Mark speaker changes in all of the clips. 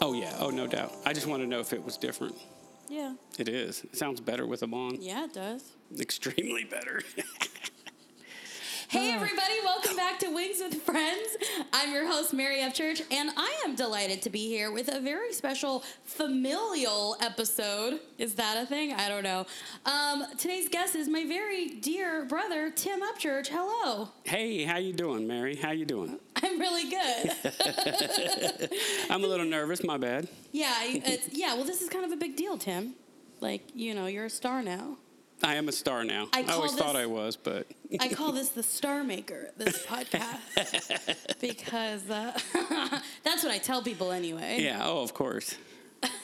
Speaker 1: Oh, yeah. Oh, no doubt. I just want to know if it was different.
Speaker 2: Yeah.
Speaker 1: It is. It sounds better with a bong.
Speaker 2: Yeah, it does.
Speaker 1: Extremely better.
Speaker 2: Hey, everybody, welcome back to Wings with Friends. I'm your host, Mary F. Church, and I am delighted to be here with a very special familial episode. Is that a thing? I don't know. Um, today's guest is my very dear brother, Tim Upchurch. Hello.
Speaker 1: hey, how you doing, Mary? How you doing?
Speaker 2: I'm really good.
Speaker 1: I'm a little nervous. My bad.
Speaker 2: yeah, I- it's, yeah, well, this is kind of a big deal, Tim. Like, you know, you're a star now.
Speaker 1: I am a star now.
Speaker 2: I
Speaker 1: I,
Speaker 2: call
Speaker 1: always thought
Speaker 2: this-
Speaker 1: I was, but
Speaker 2: I call this the star maker, this podcast, because uh, that's what I tell people anyway.
Speaker 1: yeah. Oh, of course.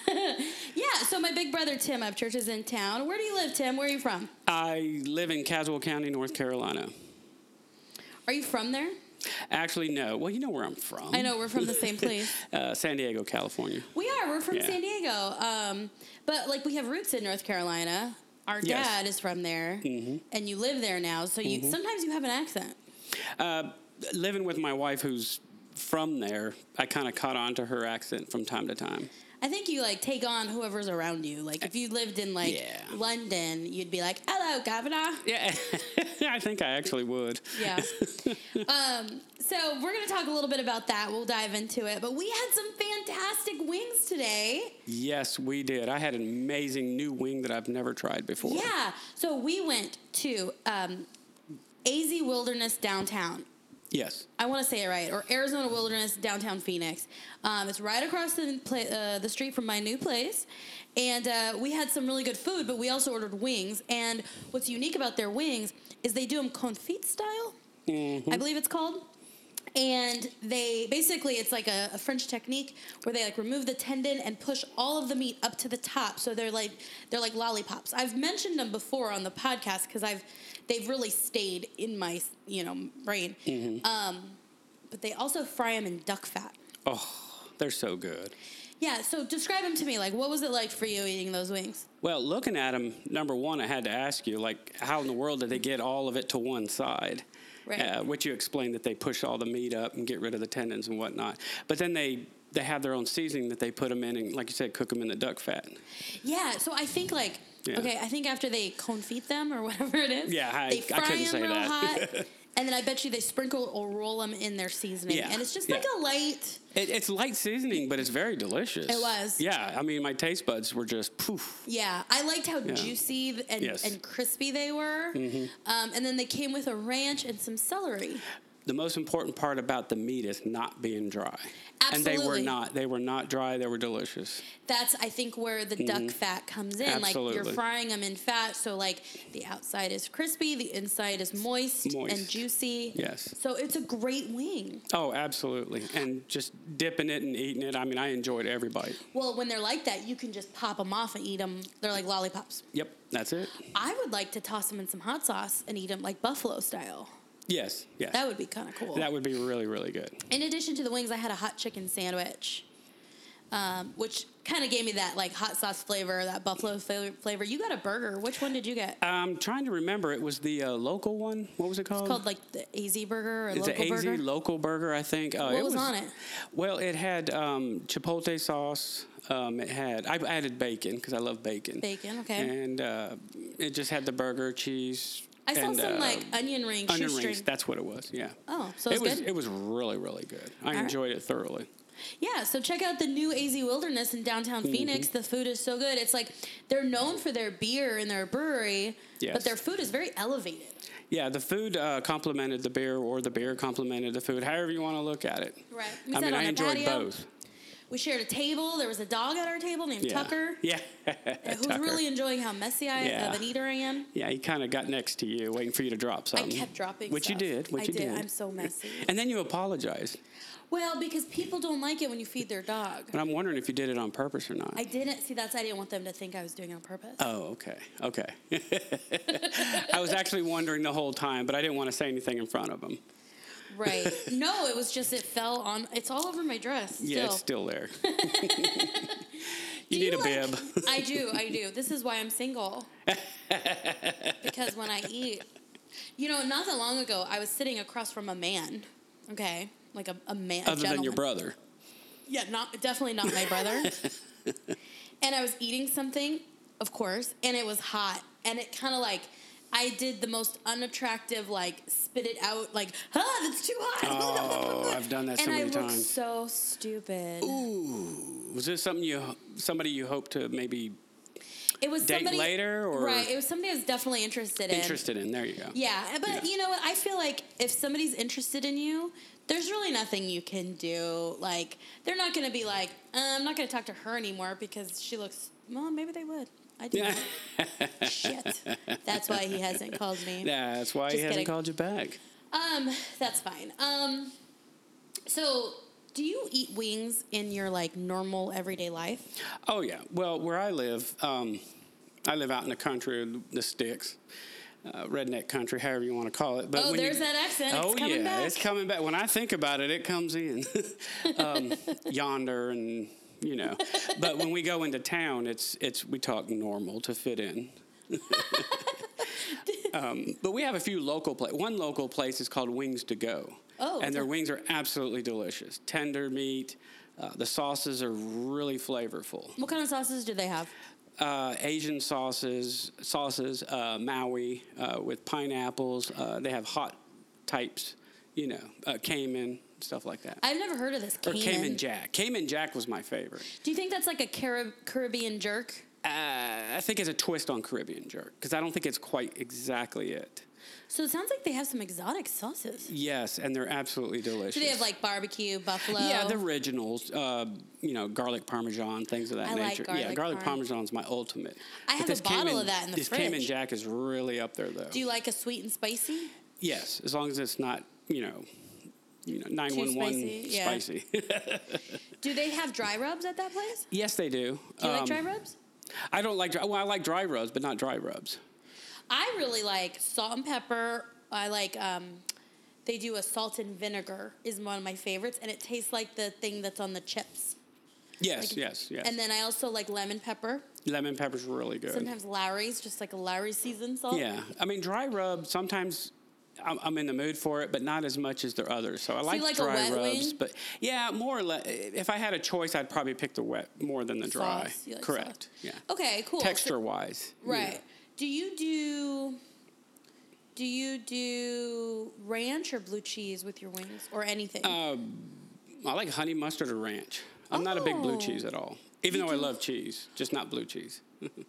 Speaker 2: Yeah, so my big brother Tim Upchurch is in town. Where do you live, Tim? Where are you from?
Speaker 1: I live in Caswell County, North Carolina.
Speaker 2: Are you from there?
Speaker 1: Actually, no. Well, you know where I'm from.
Speaker 2: I know we're from the same place.
Speaker 1: Uh, San Diego, California.
Speaker 2: We are. We're from
Speaker 1: Yeah.
Speaker 2: San Diego. Um, but like we have roots in North Carolina. Our
Speaker 1: Yes. Mm-hmm.
Speaker 2: dad is from there, and you live there now. So you sometimes you have an accent.
Speaker 1: Uh, living with my wife, who's from there, I kind of caught on to her accent from time to time.
Speaker 2: I think you like take on whoever's around you. Like if you lived in like
Speaker 1: Yeah.
Speaker 2: London, you'd be like, "Hello, Governor."
Speaker 1: Yeah, I think I actually would.
Speaker 2: Yeah. um, so we're going to talk a little bit about that. We'll dive into it. But we had some fantastic wings today.
Speaker 1: Yes, we did. I had an amazing new wing that I've never tried before.
Speaker 2: Yeah. So we went to um, AZ Wilderness downtown.
Speaker 1: Yes.
Speaker 2: I want to say it right, or Arizona Wilderness downtown Phoenix. Um, it's right across the pla- uh, the street from my new place, and uh, we had some really good food. But we also ordered wings, and what's unique about their wings is they do them confit style. I believe it's called. And they basically, it's like a, a French technique where they like remove the tendon and push all of the meat up to the top. So they're like they're like lollipops. I've mentioned them before on the podcast because I've they've really stayed in my you know brain. Um, but they also fry them in duck fat.
Speaker 1: Oh, they're so good.
Speaker 2: Yeah. So describe them to me. Like, what was it like for you eating those wings?
Speaker 1: Well, looking at them, number one, I had to ask you, like, how in the world did they get all of it to one side?
Speaker 2: Right.
Speaker 1: Uh, which you explained that they push all the meat up and get rid of the tendons and whatnot. But then they they have their own seasoning that they put them in and, like you said, cook them in the duck fat.
Speaker 2: Yeah, so I think like
Speaker 1: Yeah.
Speaker 2: okay, I think after they confit them or whatever it is,
Speaker 1: Yeah, I-
Speaker 2: they
Speaker 1: I
Speaker 2: fry
Speaker 1: couldn't
Speaker 2: them
Speaker 1: say
Speaker 2: real
Speaker 1: that.
Speaker 2: hot, and then I bet you they sprinkle or roll them in their seasoning,
Speaker 1: Yeah,
Speaker 2: and it's just
Speaker 1: yeah.
Speaker 2: like a light.
Speaker 1: It, it's light seasoning, but it's very delicious.
Speaker 2: It was.
Speaker 1: Yeah, I mean, my taste buds were just poof.
Speaker 2: Yeah, I liked how juicy th- and,
Speaker 1: Yes. Mm-hmm.
Speaker 2: and crispy they were, um, and then they came with a ranch and some celery.
Speaker 1: The most important part about the meat is not being dry. And they were
Speaker 2: Absolutely.
Speaker 1: not. They were not dry. They were delicious.
Speaker 2: That's I think where the duck fat comes in. Like you're
Speaker 1: Mm-hmm. Absolutely.
Speaker 2: frying them in fat, so like the outside is crispy, the inside is moist, and
Speaker 1: Moist.
Speaker 2: juicy.
Speaker 1: Yes.
Speaker 2: So it's a great wing.
Speaker 1: Oh, absolutely. And just dipping it and eating it. I mean, I enjoyed every bite.
Speaker 2: Well, when they're like that, you can just pop them off and eat them. They're like lollipops.
Speaker 1: Yep, that's it.
Speaker 2: I would like to toss them in some hot sauce and eat them like buffalo style.
Speaker 1: Yes, yes.
Speaker 2: That would be kind of cool.
Speaker 1: That would be really, really good.
Speaker 2: in addition to the wings, I had a hot chicken sandwich, um, which kind of gave me that like hot sauce flavor, that buffalo fla- flavor. You got a burger. Which one did you get?
Speaker 1: I'm trying to remember. It was the uh, local one. What was it called?
Speaker 2: It's called like the AZ burger or
Speaker 1: It's
Speaker 2: local
Speaker 1: an AZ
Speaker 2: burger.
Speaker 1: local burger, I think. Uh,
Speaker 2: What was on it?
Speaker 1: Well, it had um, chipotle sauce. Um, it had I added bacon because I love bacon.
Speaker 2: Bacon, okay.
Speaker 1: And uh, it just had the burger, cheese.
Speaker 2: I saw
Speaker 1: and,
Speaker 2: some
Speaker 1: uh,
Speaker 2: like onion rings,
Speaker 1: onion
Speaker 2: shoestring.
Speaker 1: rings. That's what it was. Yeah.
Speaker 2: Oh, so
Speaker 1: it
Speaker 2: it's
Speaker 1: was
Speaker 2: good?
Speaker 1: it was really really good. I
Speaker 2: right.
Speaker 1: enjoyed it thoroughly.
Speaker 2: Yeah, so check out the new AZ Wilderness in downtown
Speaker 1: Mm-hmm.
Speaker 2: Phoenix. The food is so good. It's like they're known for their beer and their brewery, but
Speaker 1: Yes.
Speaker 2: their food is very elevated.
Speaker 1: Yeah, the food uh, complemented the beer, or the beer complemented the food. However you want to look at it.
Speaker 2: Right. We
Speaker 1: I
Speaker 2: sat
Speaker 1: mean,
Speaker 2: on
Speaker 1: I
Speaker 2: a
Speaker 1: enjoyed
Speaker 2: patio.
Speaker 1: both.
Speaker 2: We shared a table. There was a dog at our table named
Speaker 1: Yeah.
Speaker 2: Tucker,
Speaker 1: Yeah.
Speaker 2: who's
Speaker 1: Tucker.
Speaker 2: really enjoying how messy I,
Speaker 1: Yeah.
Speaker 2: of an eater I am.
Speaker 1: Yeah, he kind of got next to you, waiting for you to drop
Speaker 2: I
Speaker 1: something.
Speaker 2: kept dropping.
Speaker 1: Which
Speaker 2: stuff.
Speaker 1: Um, you did. Which
Speaker 2: I
Speaker 1: you did.
Speaker 2: I'm so messy.
Speaker 1: And then you apologized,
Speaker 2: well, because people don't like it when you feed their dog.
Speaker 1: and I'm wondering if you did it on purpose or not.
Speaker 2: I didn't see that's. I didn't want them to think I was doing it on purpose.
Speaker 1: oh, okay, okay. I was actually wondering the whole time, but I didn't want to say anything in front of him.
Speaker 2: Right? no, it was just it fell on. It's all over my dress. Still.
Speaker 1: Yeah, it's still there. you
Speaker 2: Do
Speaker 1: need a
Speaker 2: like-
Speaker 1: bib.
Speaker 2: I do, I do. This is why I'm single. because when I eat, you know, not that long ago, I was sitting across from a man, okay? Like a, a man. a
Speaker 1: Other than your
Speaker 2: gentleman.
Speaker 1: brother.
Speaker 2: yeah, not definitely not my brother. and I was eating something, of course, and it was hot, and it kind of like. I did the most unattractive, like spit it out, like ah, that's too hot.
Speaker 1: Oh, I've done that so
Speaker 2: and I
Speaker 1: many
Speaker 2: looked
Speaker 1: times.
Speaker 2: so stupid.
Speaker 1: Was this something you somebody you hope to maybe
Speaker 2: it was
Speaker 1: date
Speaker 2: somebody,
Speaker 1: later or-
Speaker 2: right? It was somebody I was definitely interested in.
Speaker 1: interested in? There you go.
Speaker 2: Yeah, but you know what? I feel like if somebody's interested in you, there's really nothing you can do. Like they're not going to be like, uh, I'm not going to talk to her anymore because she looks. Well, maybe they would. I do.
Speaker 1: Yeah.
Speaker 2: not. Shit. That's why he hasn't called me.
Speaker 1: Yeah, that's why he
Speaker 2: Just
Speaker 1: hasn't
Speaker 2: kidding.
Speaker 1: called you back.
Speaker 2: Um, that's fine. Um, so do you eat wings in your like normal everyday life?
Speaker 1: Oh yeah. Well, where I live, um, I live out in the country, the sticks, uh, redneck country, however you want to call it. But
Speaker 2: Oh,
Speaker 1: when you-
Speaker 2: there's that accent. It's
Speaker 1: Oh
Speaker 2: coming
Speaker 1: yeah,
Speaker 2: back.
Speaker 1: it's coming back. When I think about it, it comes in um, yonder and you know. But when we go into town, it's it's we talk normal to fit in. um, but we have a few local places. One local place is called Wings to Go.
Speaker 2: Oh,
Speaker 1: and their
Speaker 2: okay.
Speaker 1: wings are absolutely delicious. Tender meat. Uh, the sauces are really flavorful
Speaker 2: What kind of sauces do they have?
Speaker 1: uh, Asian sauces, sauces, uh, Maui uh, with pineapples. Uh, they have hot types, you know, uh, Cayman stuff like that.
Speaker 2: I've never heard of this.
Speaker 1: Or Cayman Jack. Cayman Jack was my favorite.
Speaker 2: Do you think that's like a Carib- Caribbean jerk?
Speaker 1: Uh, I think it's a twist on Caribbean jerk because I don't think it's quite exactly it.
Speaker 2: So it sounds like they have some exotic sauces.
Speaker 1: Yes, and they're absolutely delicious.
Speaker 2: Do they have like barbecue, buffalo?
Speaker 1: Yeah, the originals, uh, you know, garlic parmesan, things of that
Speaker 2: I like
Speaker 1: nature. yeah,
Speaker 2: garlic
Speaker 1: garlic
Speaker 2: parm.
Speaker 1: parmesan's my ultimate.
Speaker 2: I
Speaker 1: But
Speaker 2: have a
Speaker 1: this
Speaker 2: bottle
Speaker 1: Cayman-
Speaker 2: of that in the
Speaker 1: This Cayman
Speaker 2: fridge.
Speaker 1: Jack is really up there, though.
Speaker 2: Do you like a sweet and spicy?
Speaker 1: Yes, as long as it's not, you know, you know, nine one one
Speaker 2: spicy, yeah.
Speaker 1: spicy.
Speaker 2: Do they have dry rubs at that place?
Speaker 1: yes, they do.
Speaker 2: Do you like
Speaker 1: Um,
Speaker 2: dry rubs?
Speaker 1: I don't like dry. Well, I like dry rubs, but not dry rubs.
Speaker 2: I really like salt and pepper. I like um, they do a salt and vinegar is one of my favorites, and it tastes like the thing that's on the chips.
Speaker 1: Yes,
Speaker 2: Like-
Speaker 1: yes, yes.
Speaker 2: And then I also like lemon pepper.
Speaker 1: Lemon pepper's really good.
Speaker 2: Sometimes Lowry's, just like a Lowry seasoned salt.
Speaker 1: yeah, I mean dry rub. Sometimes I'm, I'm in the mood for it, but not as much as the others. So I like,
Speaker 2: like a
Speaker 1: dry
Speaker 2: wet
Speaker 1: rubs,
Speaker 2: wing?
Speaker 1: but yeah, more or less. If I had a choice, I'd probably pick the wet more than the dry.
Speaker 2: Sauce, you like
Speaker 1: Correct.
Speaker 2: sauce.
Speaker 1: Yeah.
Speaker 2: Okay. Cool. So-
Speaker 1: Texture wise.
Speaker 2: Right. Do you do do you do ranch or blue cheese with your wings or anything?
Speaker 1: Uh, I like honey mustard or ranch. I'm not a big blue
Speaker 2: Oh.
Speaker 1: cheese at all, even
Speaker 2: You
Speaker 1: though I
Speaker 2: do-
Speaker 1: love cheese, just not blue cheese.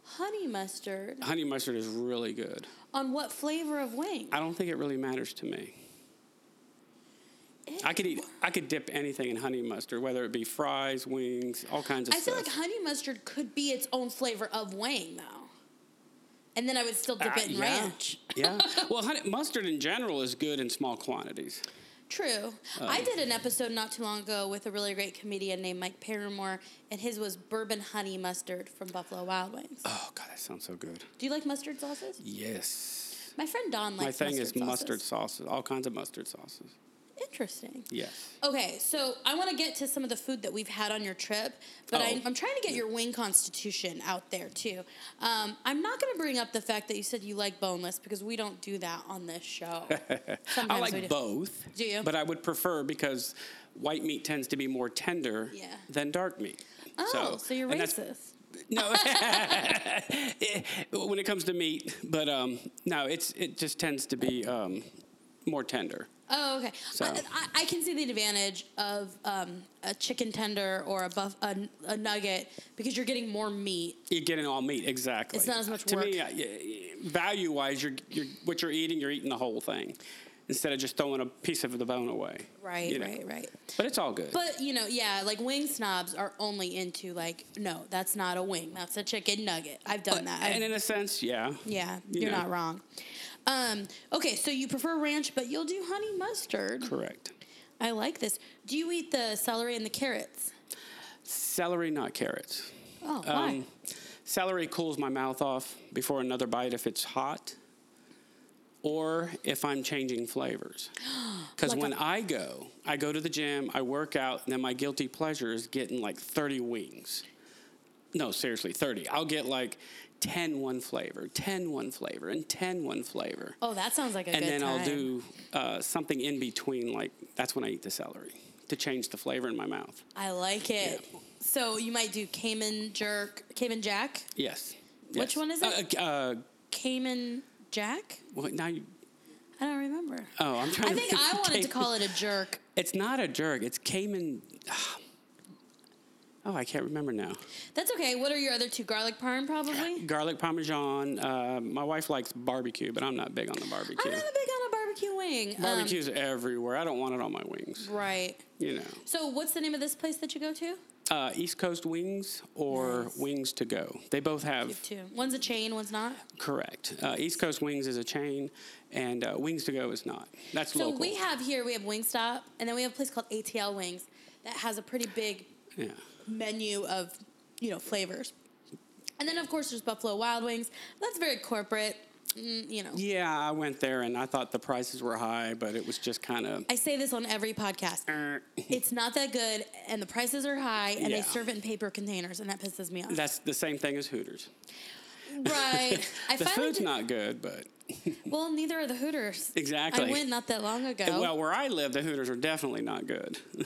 Speaker 2: Honey mustard.
Speaker 1: Honey mustard is really good.
Speaker 2: On what flavor of wing?
Speaker 1: I don't think it really matters to me. I could eat, I could dip anything in honey mustard, whether it be fries, wings, all kinds of
Speaker 2: I feel
Speaker 1: stuff.
Speaker 2: like honey mustard could be its own flavor of wing though. And then I would still dip
Speaker 1: Uh,
Speaker 2: it in
Speaker 1: yeah.
Speaker 2: ranch.
Speaker 1: yeah. Well, honey, mustard in general is good in small quantities.
Speaker 2: True.
Speaker 1: Uh,
Speaker 2: I did an episode not too long ago with a really great comedian named Mike Paramore, and his was bourbon honey mustard from Buffalo Wild Wings.
Speaker 1: Oh God, that sounds so good.
Speaker 2: Do you like mustard sauces?
Speaker 1: Yes.
Speaker 2: My friend Don likes
Speaker 1: My thing
Speaker 2: mustard
Speaker 1: is
Speaker 2: sauces.
Speaker 1: mustard sauces, all kinds of mustard sauces.
Speaker 2: Interesting.
Speaker 1: Yes.
Speaker 2: Okay, so I want to get to some of the food that we've had on your trip, but I,
Speaker 1: Oh.
Speaker 2: I'm trying to get your wing constitution out there too. Um, I'm not going to bring up the fact that you said you like boneless because we don't do that on this show. Sometimes
Speaker 1: I
Speaker 2: we
Speaker 1: like
Speaker 2: do.
Speaker 1: both.
Speaker 2: Do you?
Speaker 1: But I would prefer because white meat tends to be more tender
Speaker 2: Yeah.
Speaker 1: than dark meat.
Speaker 2: Oh, so, you're
Speaker 1: and that's-
Speaker 2: racist.
Speaker 1: No, Eh, when it comes to meat, but um, no, it's it just tends to be um, more tender.
Speaker 2: Oh, okay.
Speaker 1: So-
Speaker 2: I, I, I can see the advantage of um, a chicken tender or a, buff, a, a nugget because you're getting more meat.
Speaker 1: You're getting all meat, exactly.
Speaker 2: It's not as much
Speaker 1: to
Speaker 2: work.
Speaker 1: me. I- eh, Value-wise, you're, you're what you're eating. You're eating the whole thing instead of just throwing a piece of the bone away.
Speaker 2: Right,
Speaker 1: you know.
Speaker 2: right, right.
Speaker 1: But it's all good.
Speaker 2: But you know, yeah, like wing snobs are only into like, no, that's not a wing, that's a chicken nugget. I've done that. I've-
Speaker 1: and in a sense, yeah.
Speaker 2: yeah,
Speaker 1: you
Speaker 2: you're
Speaker 1: know.
Speaker 2: not wrong. Um, okay, so you prefer ranch, but you'll do honey mustard.
Speaker 1: Correct.
Speaker 2: I like this. Do you eat the celery and the carrots?
Speaker 1: Celery, not carrots.
Speaker 2: Oh, why?
Speaker 1: Um, celery cools my mouth off before another bite if it's hot or if I'm changing flavors. Because
Speaker 2: Like
Speaker 1: when I go, I go to the gym, I work out, and then my guilty pleasure is getting like 30 wings. No, seriously, 30. I'll get like 10 one flavor, 10 one flavor, and 10 one flavor.
Speaker 2: Oh, that sounds like a
Speaker 1: and
Speaker 2: good
Speaker 1: then
Speaker 2: time.
Speaker 1: I'll do uh, something in between, like that's when I eat the celery. to change the flavor in my mouth.
Speaker 2: I like it. So you might do Cayman jerk, Cayman Jack,
Speaker 1: Yes.
Speaker 2: Which
Speaker 1: Yes.
Speaker 2: one is it?
Speaker 1: Uh, uh,
Speaker 2: Cayman Jack.
Speaker 1: well, now you,
Speaker 2: I don't remember.
Speaker 1: oh, I'm trying
Speaker 2: I
Speaker 1: to
Speaker 2: think I wanted to
Speaker 1: Cayman-
Speaker 2: call it a jerk.
Speaker 1: It's not a jerk. It's Cayman. ah. Oh, I can't remember now.
Speaker 2: That's okay. What are your other two? Garlic parm, probably.
Speaker 1: Garlic parmesan. Uh, my wife likes barbecue, but I'm not big on the barbecue.
Speaker 2: I'm not a big on a barbecue wing. Um,
Speaker 1: Barbecue's everywhere. I don't want it on my wings.
Speaker 2: right.
Speaker 1: You know,
Speaker 2: So what's the name of this place that you go to? You
Speaker 1: uh, East Coast Wings or
Speaker 2: Nice.
Speaker 1: Wings to Go. They both have
Speaker 2: have two. One's a chain, one's not.
Speaker 1: correct. Uh, East Coast Wings is a chain, and uh, Wings to Go is not. That's
Speaker 2: So
Speaker 1: local.
Speaker 2: we have here we have Wingstop, and then we have a place called ATL Wings that has a pretty big
Speaker 1: yeah.
Speaker 2: menu of you know flavors. And then of course there's Buffalo Wild Wings. That's very corporate, mm, you know.
Speaker 1: Yeah, I went there and I thought the prices were high, but it was just er. kind of.
Speaker 2: I say this on every podcast. It's not that good, and the prices are high, and they
Speaker 1: Yeah.
Speaker 2: serve it in paper containers, and that pisses me off.
Speaker 1: That's the same thing as Hooters.
Speaker 2: right. I
Speaker 1: The
Speaker 2: finally
Speaker 1: food's
Speaker 2: did-
Speaker 1: not good, but
Speaker 2: well, neither are the Hooters.
Speaker 1: Exactly.
Speaker 2: I went not that long ago.
Speaker 1: well, where I live, the Hooters are definitely not good.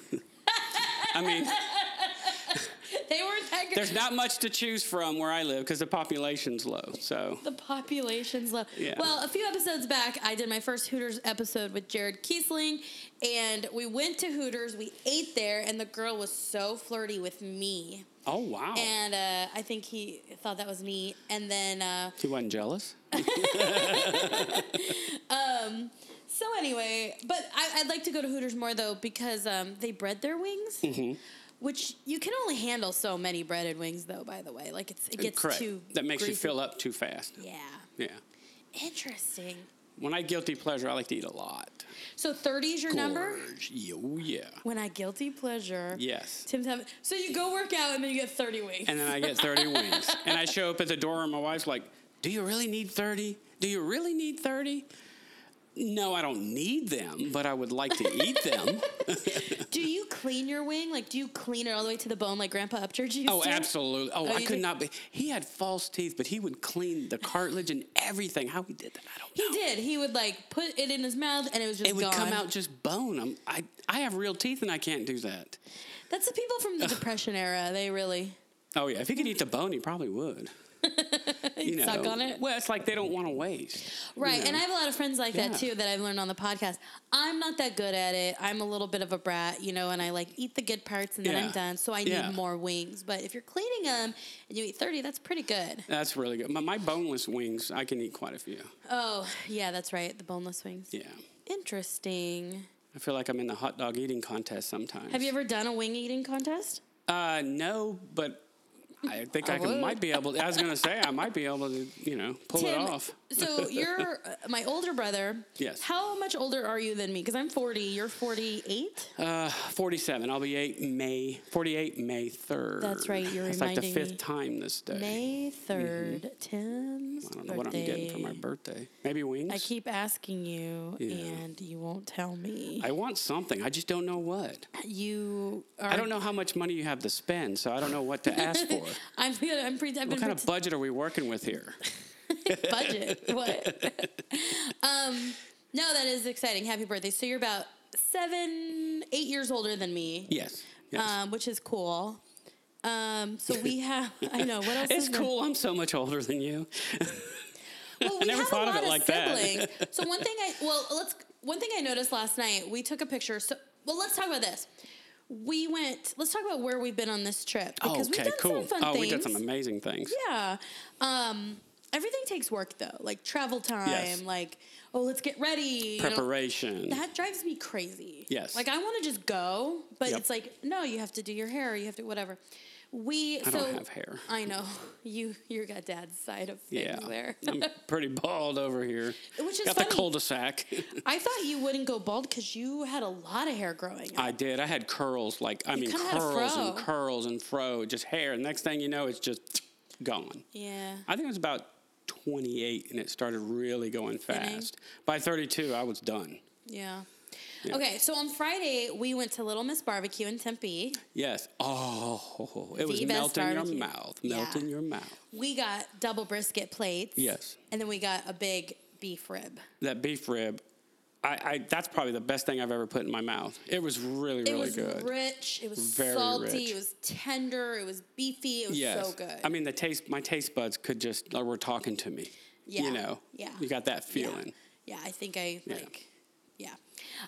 Speaker 1: I mean,
Speaker 2: they weren't that good.
Speaker 1: there's not much to choose from where I live because the population's low. So
Speaker 2: The population's low.
Speaker 1: Yeah.
Speaker 2: Well, a few episodes back, I did my first Hooters episode with Jared Kiesling, and we went to Hooters. We ate there, and the girl was so flirty with me,
Speaker 1: Oh wow.
Speaker 2: and uh, I think he thought that was neat. And then, uh,
Speaker 1: he wasn't jealous?
Speaker 2: so anyway, but I, I'd like to go to Hooters more though because um, they bread their wings.
Speaker 1: Mm-hmm.
Speaker 2: Which you can only handle so many breaded wings, though. By the way, like it's it gets
Speaker 1: Correct.
Speaker 2: too
Speaker 1: That makes you
Speaker 2: greasy.
Speaker 1: fill up too fast.
Speaker 2: Yeah,
Speaker 1: Yeah.
Speaker 2: interesting.
Speaker 1: When I guilty pleasure, I like to eat a lot.
Speaker 2: So thirty is your number.
Speaker 1: Gorge. Yeah, Oh yeah.
Speaker 2: When I guilty pleasure.
Speaker 1: Yes.
Speaker 2: Tim's having. So you go work out and then you get 30 wings.
Speaker 1: And then I get 30 wings. And I show up at the door and my wife's like, "Do you really need 30? Do you really need 30?" No, I don't need them, but I would like to eat them.
Speaker 2: do you clean your wing? Like, do you clean it all the way to the bone like Grandpa Upchurch used
Speaker 1: Oh,
Speaker 2: to?
Speaker 1: absolutely. Oh, I
Speaker 2: you
Speaker 1: could
Speaker 2: did-
Speaker 1: not be. He had false teeth, but he would clean the cartilage and everything. How he did that, I don't
Speaker 2: He
Speaker 1: know.
Speaker 2: did. He would like put it in his mouth and it was just
Speaker 1: It would
Speaker 2: gone.
Speaker 1: come out just bone. I'm, I I have real teeth and I can't do that.
Speaker 2: That's the people from the Depression era. They really
Speaker 1: Oh yeah, if he could eat the bone, he probably would. You know,
Speaker 2: suck on it.
Speaker 1: Well, it's like they don't want to waste.
Speaker 2: Right, and I have a lot of friends like that
Speaker 1: Yeah.
Speaker 2: too that I've learned on the podcast. I'm not that good at it. I'm a little bit of a brat, you know, and I like eat the good parts and then I'm
Speaker 1: Yeah.
Speaker 2: done. So I
Speaker 1: Yeah.
Speaker 2: need more wings. But if you're cleaning them and you eat 30, that's pretty good.
Speaker 1: That's really good. My, my boneless wings, I can eat quite a few.
Speaker 2: Oh, yeah, that's right. The boneless wings.
Speaker 1: Yeah,
Speaker 2: Interesting.
Speaker 1: I feel like I'm in the hot dog eating contest sometimes.
Speaker 2: Have you ever done a wing eating contest?
Speaker 1: Uh, no, but I think I,
Speaker 2: I
Speaker 1: can,
Speaker 2: would.
Speaker 1: might be able. I was gonna say I might be able to, you know, pull it off.
Speaker 2: so you're uh, my older brother.
Speaker 1: Yes.
Speaker 2: How much older are you than me? Because I'm 40. You're 48.
Speaker 1: Uh, 47. I'll be 8 May, 48 May 3rd.
Speaker 2: That's right, you're
Speaker 1: It's like the
Speaker 2: reminding
Speaker 1: fifth
Speaker 2: me.
Speaker 1: time this day.
Speaker 2: May 3rd, Tim's
Speaker 1: Mm-hmm. I don't know
Speaker 2: birthday.
Speaker 1: what I'm getting for my birthday. Maybe wings?
Speaker 2: I keep asking you,
Speaker 1: Yeah.
Speaker 2: and you won't tell me.
Speaker 1: I want something. I just don't know what.
Speaker 2: you are.
Speaker 1: I don't know how much money you have to spend, so I don't know what to ask for.
Speaker 2: I'm. I'm pretty.
Speaker 1: what
Speaker 2: I've been
Speaker 1: kind
Speaker 2: pretty
Speaker 1: of budget are we working with here?
Speaker 2: budget. What? um, no, that is exciting. Happy birthday. So you're about seven, eight years older than me.
Speaker 1: Yes. yes.
Speaker 2: um, which is cool. Um, so we have, I know what else.
Speaker 1: it's
Speaker 2: is there?
Speaker 1: cool. I'm so much older than you.
Speaker 2: Well, we
Speaker 1: never
Speaker 2: have
Speaker 1: thought
Speaker 2: a
Speaker 1: of
Speaker 2: lot
Speaker 1: it like that.
Speaker 2: siblings. so one thing I well, let's one thing I noticed last night. We took a picture. So well, let's talk about this. We went. Let's talk about where we've been on this trip
Speaker 1: Oh,
Speaker 2: because
Speaker 1: okay,
Speaker 2: we've done
Speaker 1: cool.
Speaker 2: some fun
Speaker 1: oh,
Speaker 2: things.
Speaker 1: we did some amazing things.
Speaker 2: Yeah. Um, everything takes work though, like travel time,
Speaker 1: Yes.
Speaker 2: like oh, let's get ready. you know?
Speaker 1: Preparation.
Speaker 2: That drives me crazy.
Speaker 1: Yes.
Speaker 2: Like I want to just go, but
Speaker 1: Yep.
Speaker 2: it's like no, you have to do your hair, you have to whatever. We
Speaker 1: I
Speaker 2: so
Speaker 1: don't have hair.
Speaker 2: I know you you got dad's side of
Speaker 1: yeah.
Speaker 2: things there,
Speaker 1: I'm pretty bald over here.
Speaker 2: which is
Speaker 1: Got
Speaker 2: funny.
Speaker 1: the cul-de-sac.
Speaker 2: I thought you wouldn't go bald because you had a lot of hair growing. Up.
Speaker 1: I did. I had curls, like I mean,
Speaker 2: kinda had a
Speaker 1: curls and
Speaker 2: fro.
Speaker 1: curls and fro, just hair. Next thing you know, it's just gone.
Speaker 2: yeah.
Speaker 1: I think it was about 28, and it started really going
Speaker 2: Thinning.
Speaker 1: fast. By 32, I was done.
Speaker 2: Yeah. Okay, so on Friday we went to Little Miss Barbecue in Tempe.
Speaker 1: Yes. Oh, it was
Speaker 2: The best
Speaker 1: melting
Speaker 2: barbecue.
Speaker 1: your mouth.
Speaker 2: Yeah.
Speaker 1: Melting your mouth.
Speaker 2: We got double brisket plates.
Speaker 1: Yes.
Speaker 2: And then we got a big beef rib.
Speaker 1: That beef rib. I, I that's probably the best thing I've ever put in my mouth. It was really
Speaker 2: It
Speaker 1: really
Speaker 2: was
Speaker 1: good.
Speaker 2: rich. It was
Speaker 1: Very
Speaker 2: salty.
Speaker 1: rich.
Speaker 2: It was tender. It was beefy. It was
Speaker 1: Yes.
Speaker 2: so good.
Speaker 1: I mean, the taste, my taste buds could just, like, were talking to me.
Speaker 2: Yeah.
Speaker 1: You know?
Speaker 2: Yeah.
Speaker 1: You got that
Speaker 2: Yeah.
Speaker 1: feeling.
Speaker 2: Yeah, I think I
Speaker 1: Yeah.
Speaker 2: like. Yeah.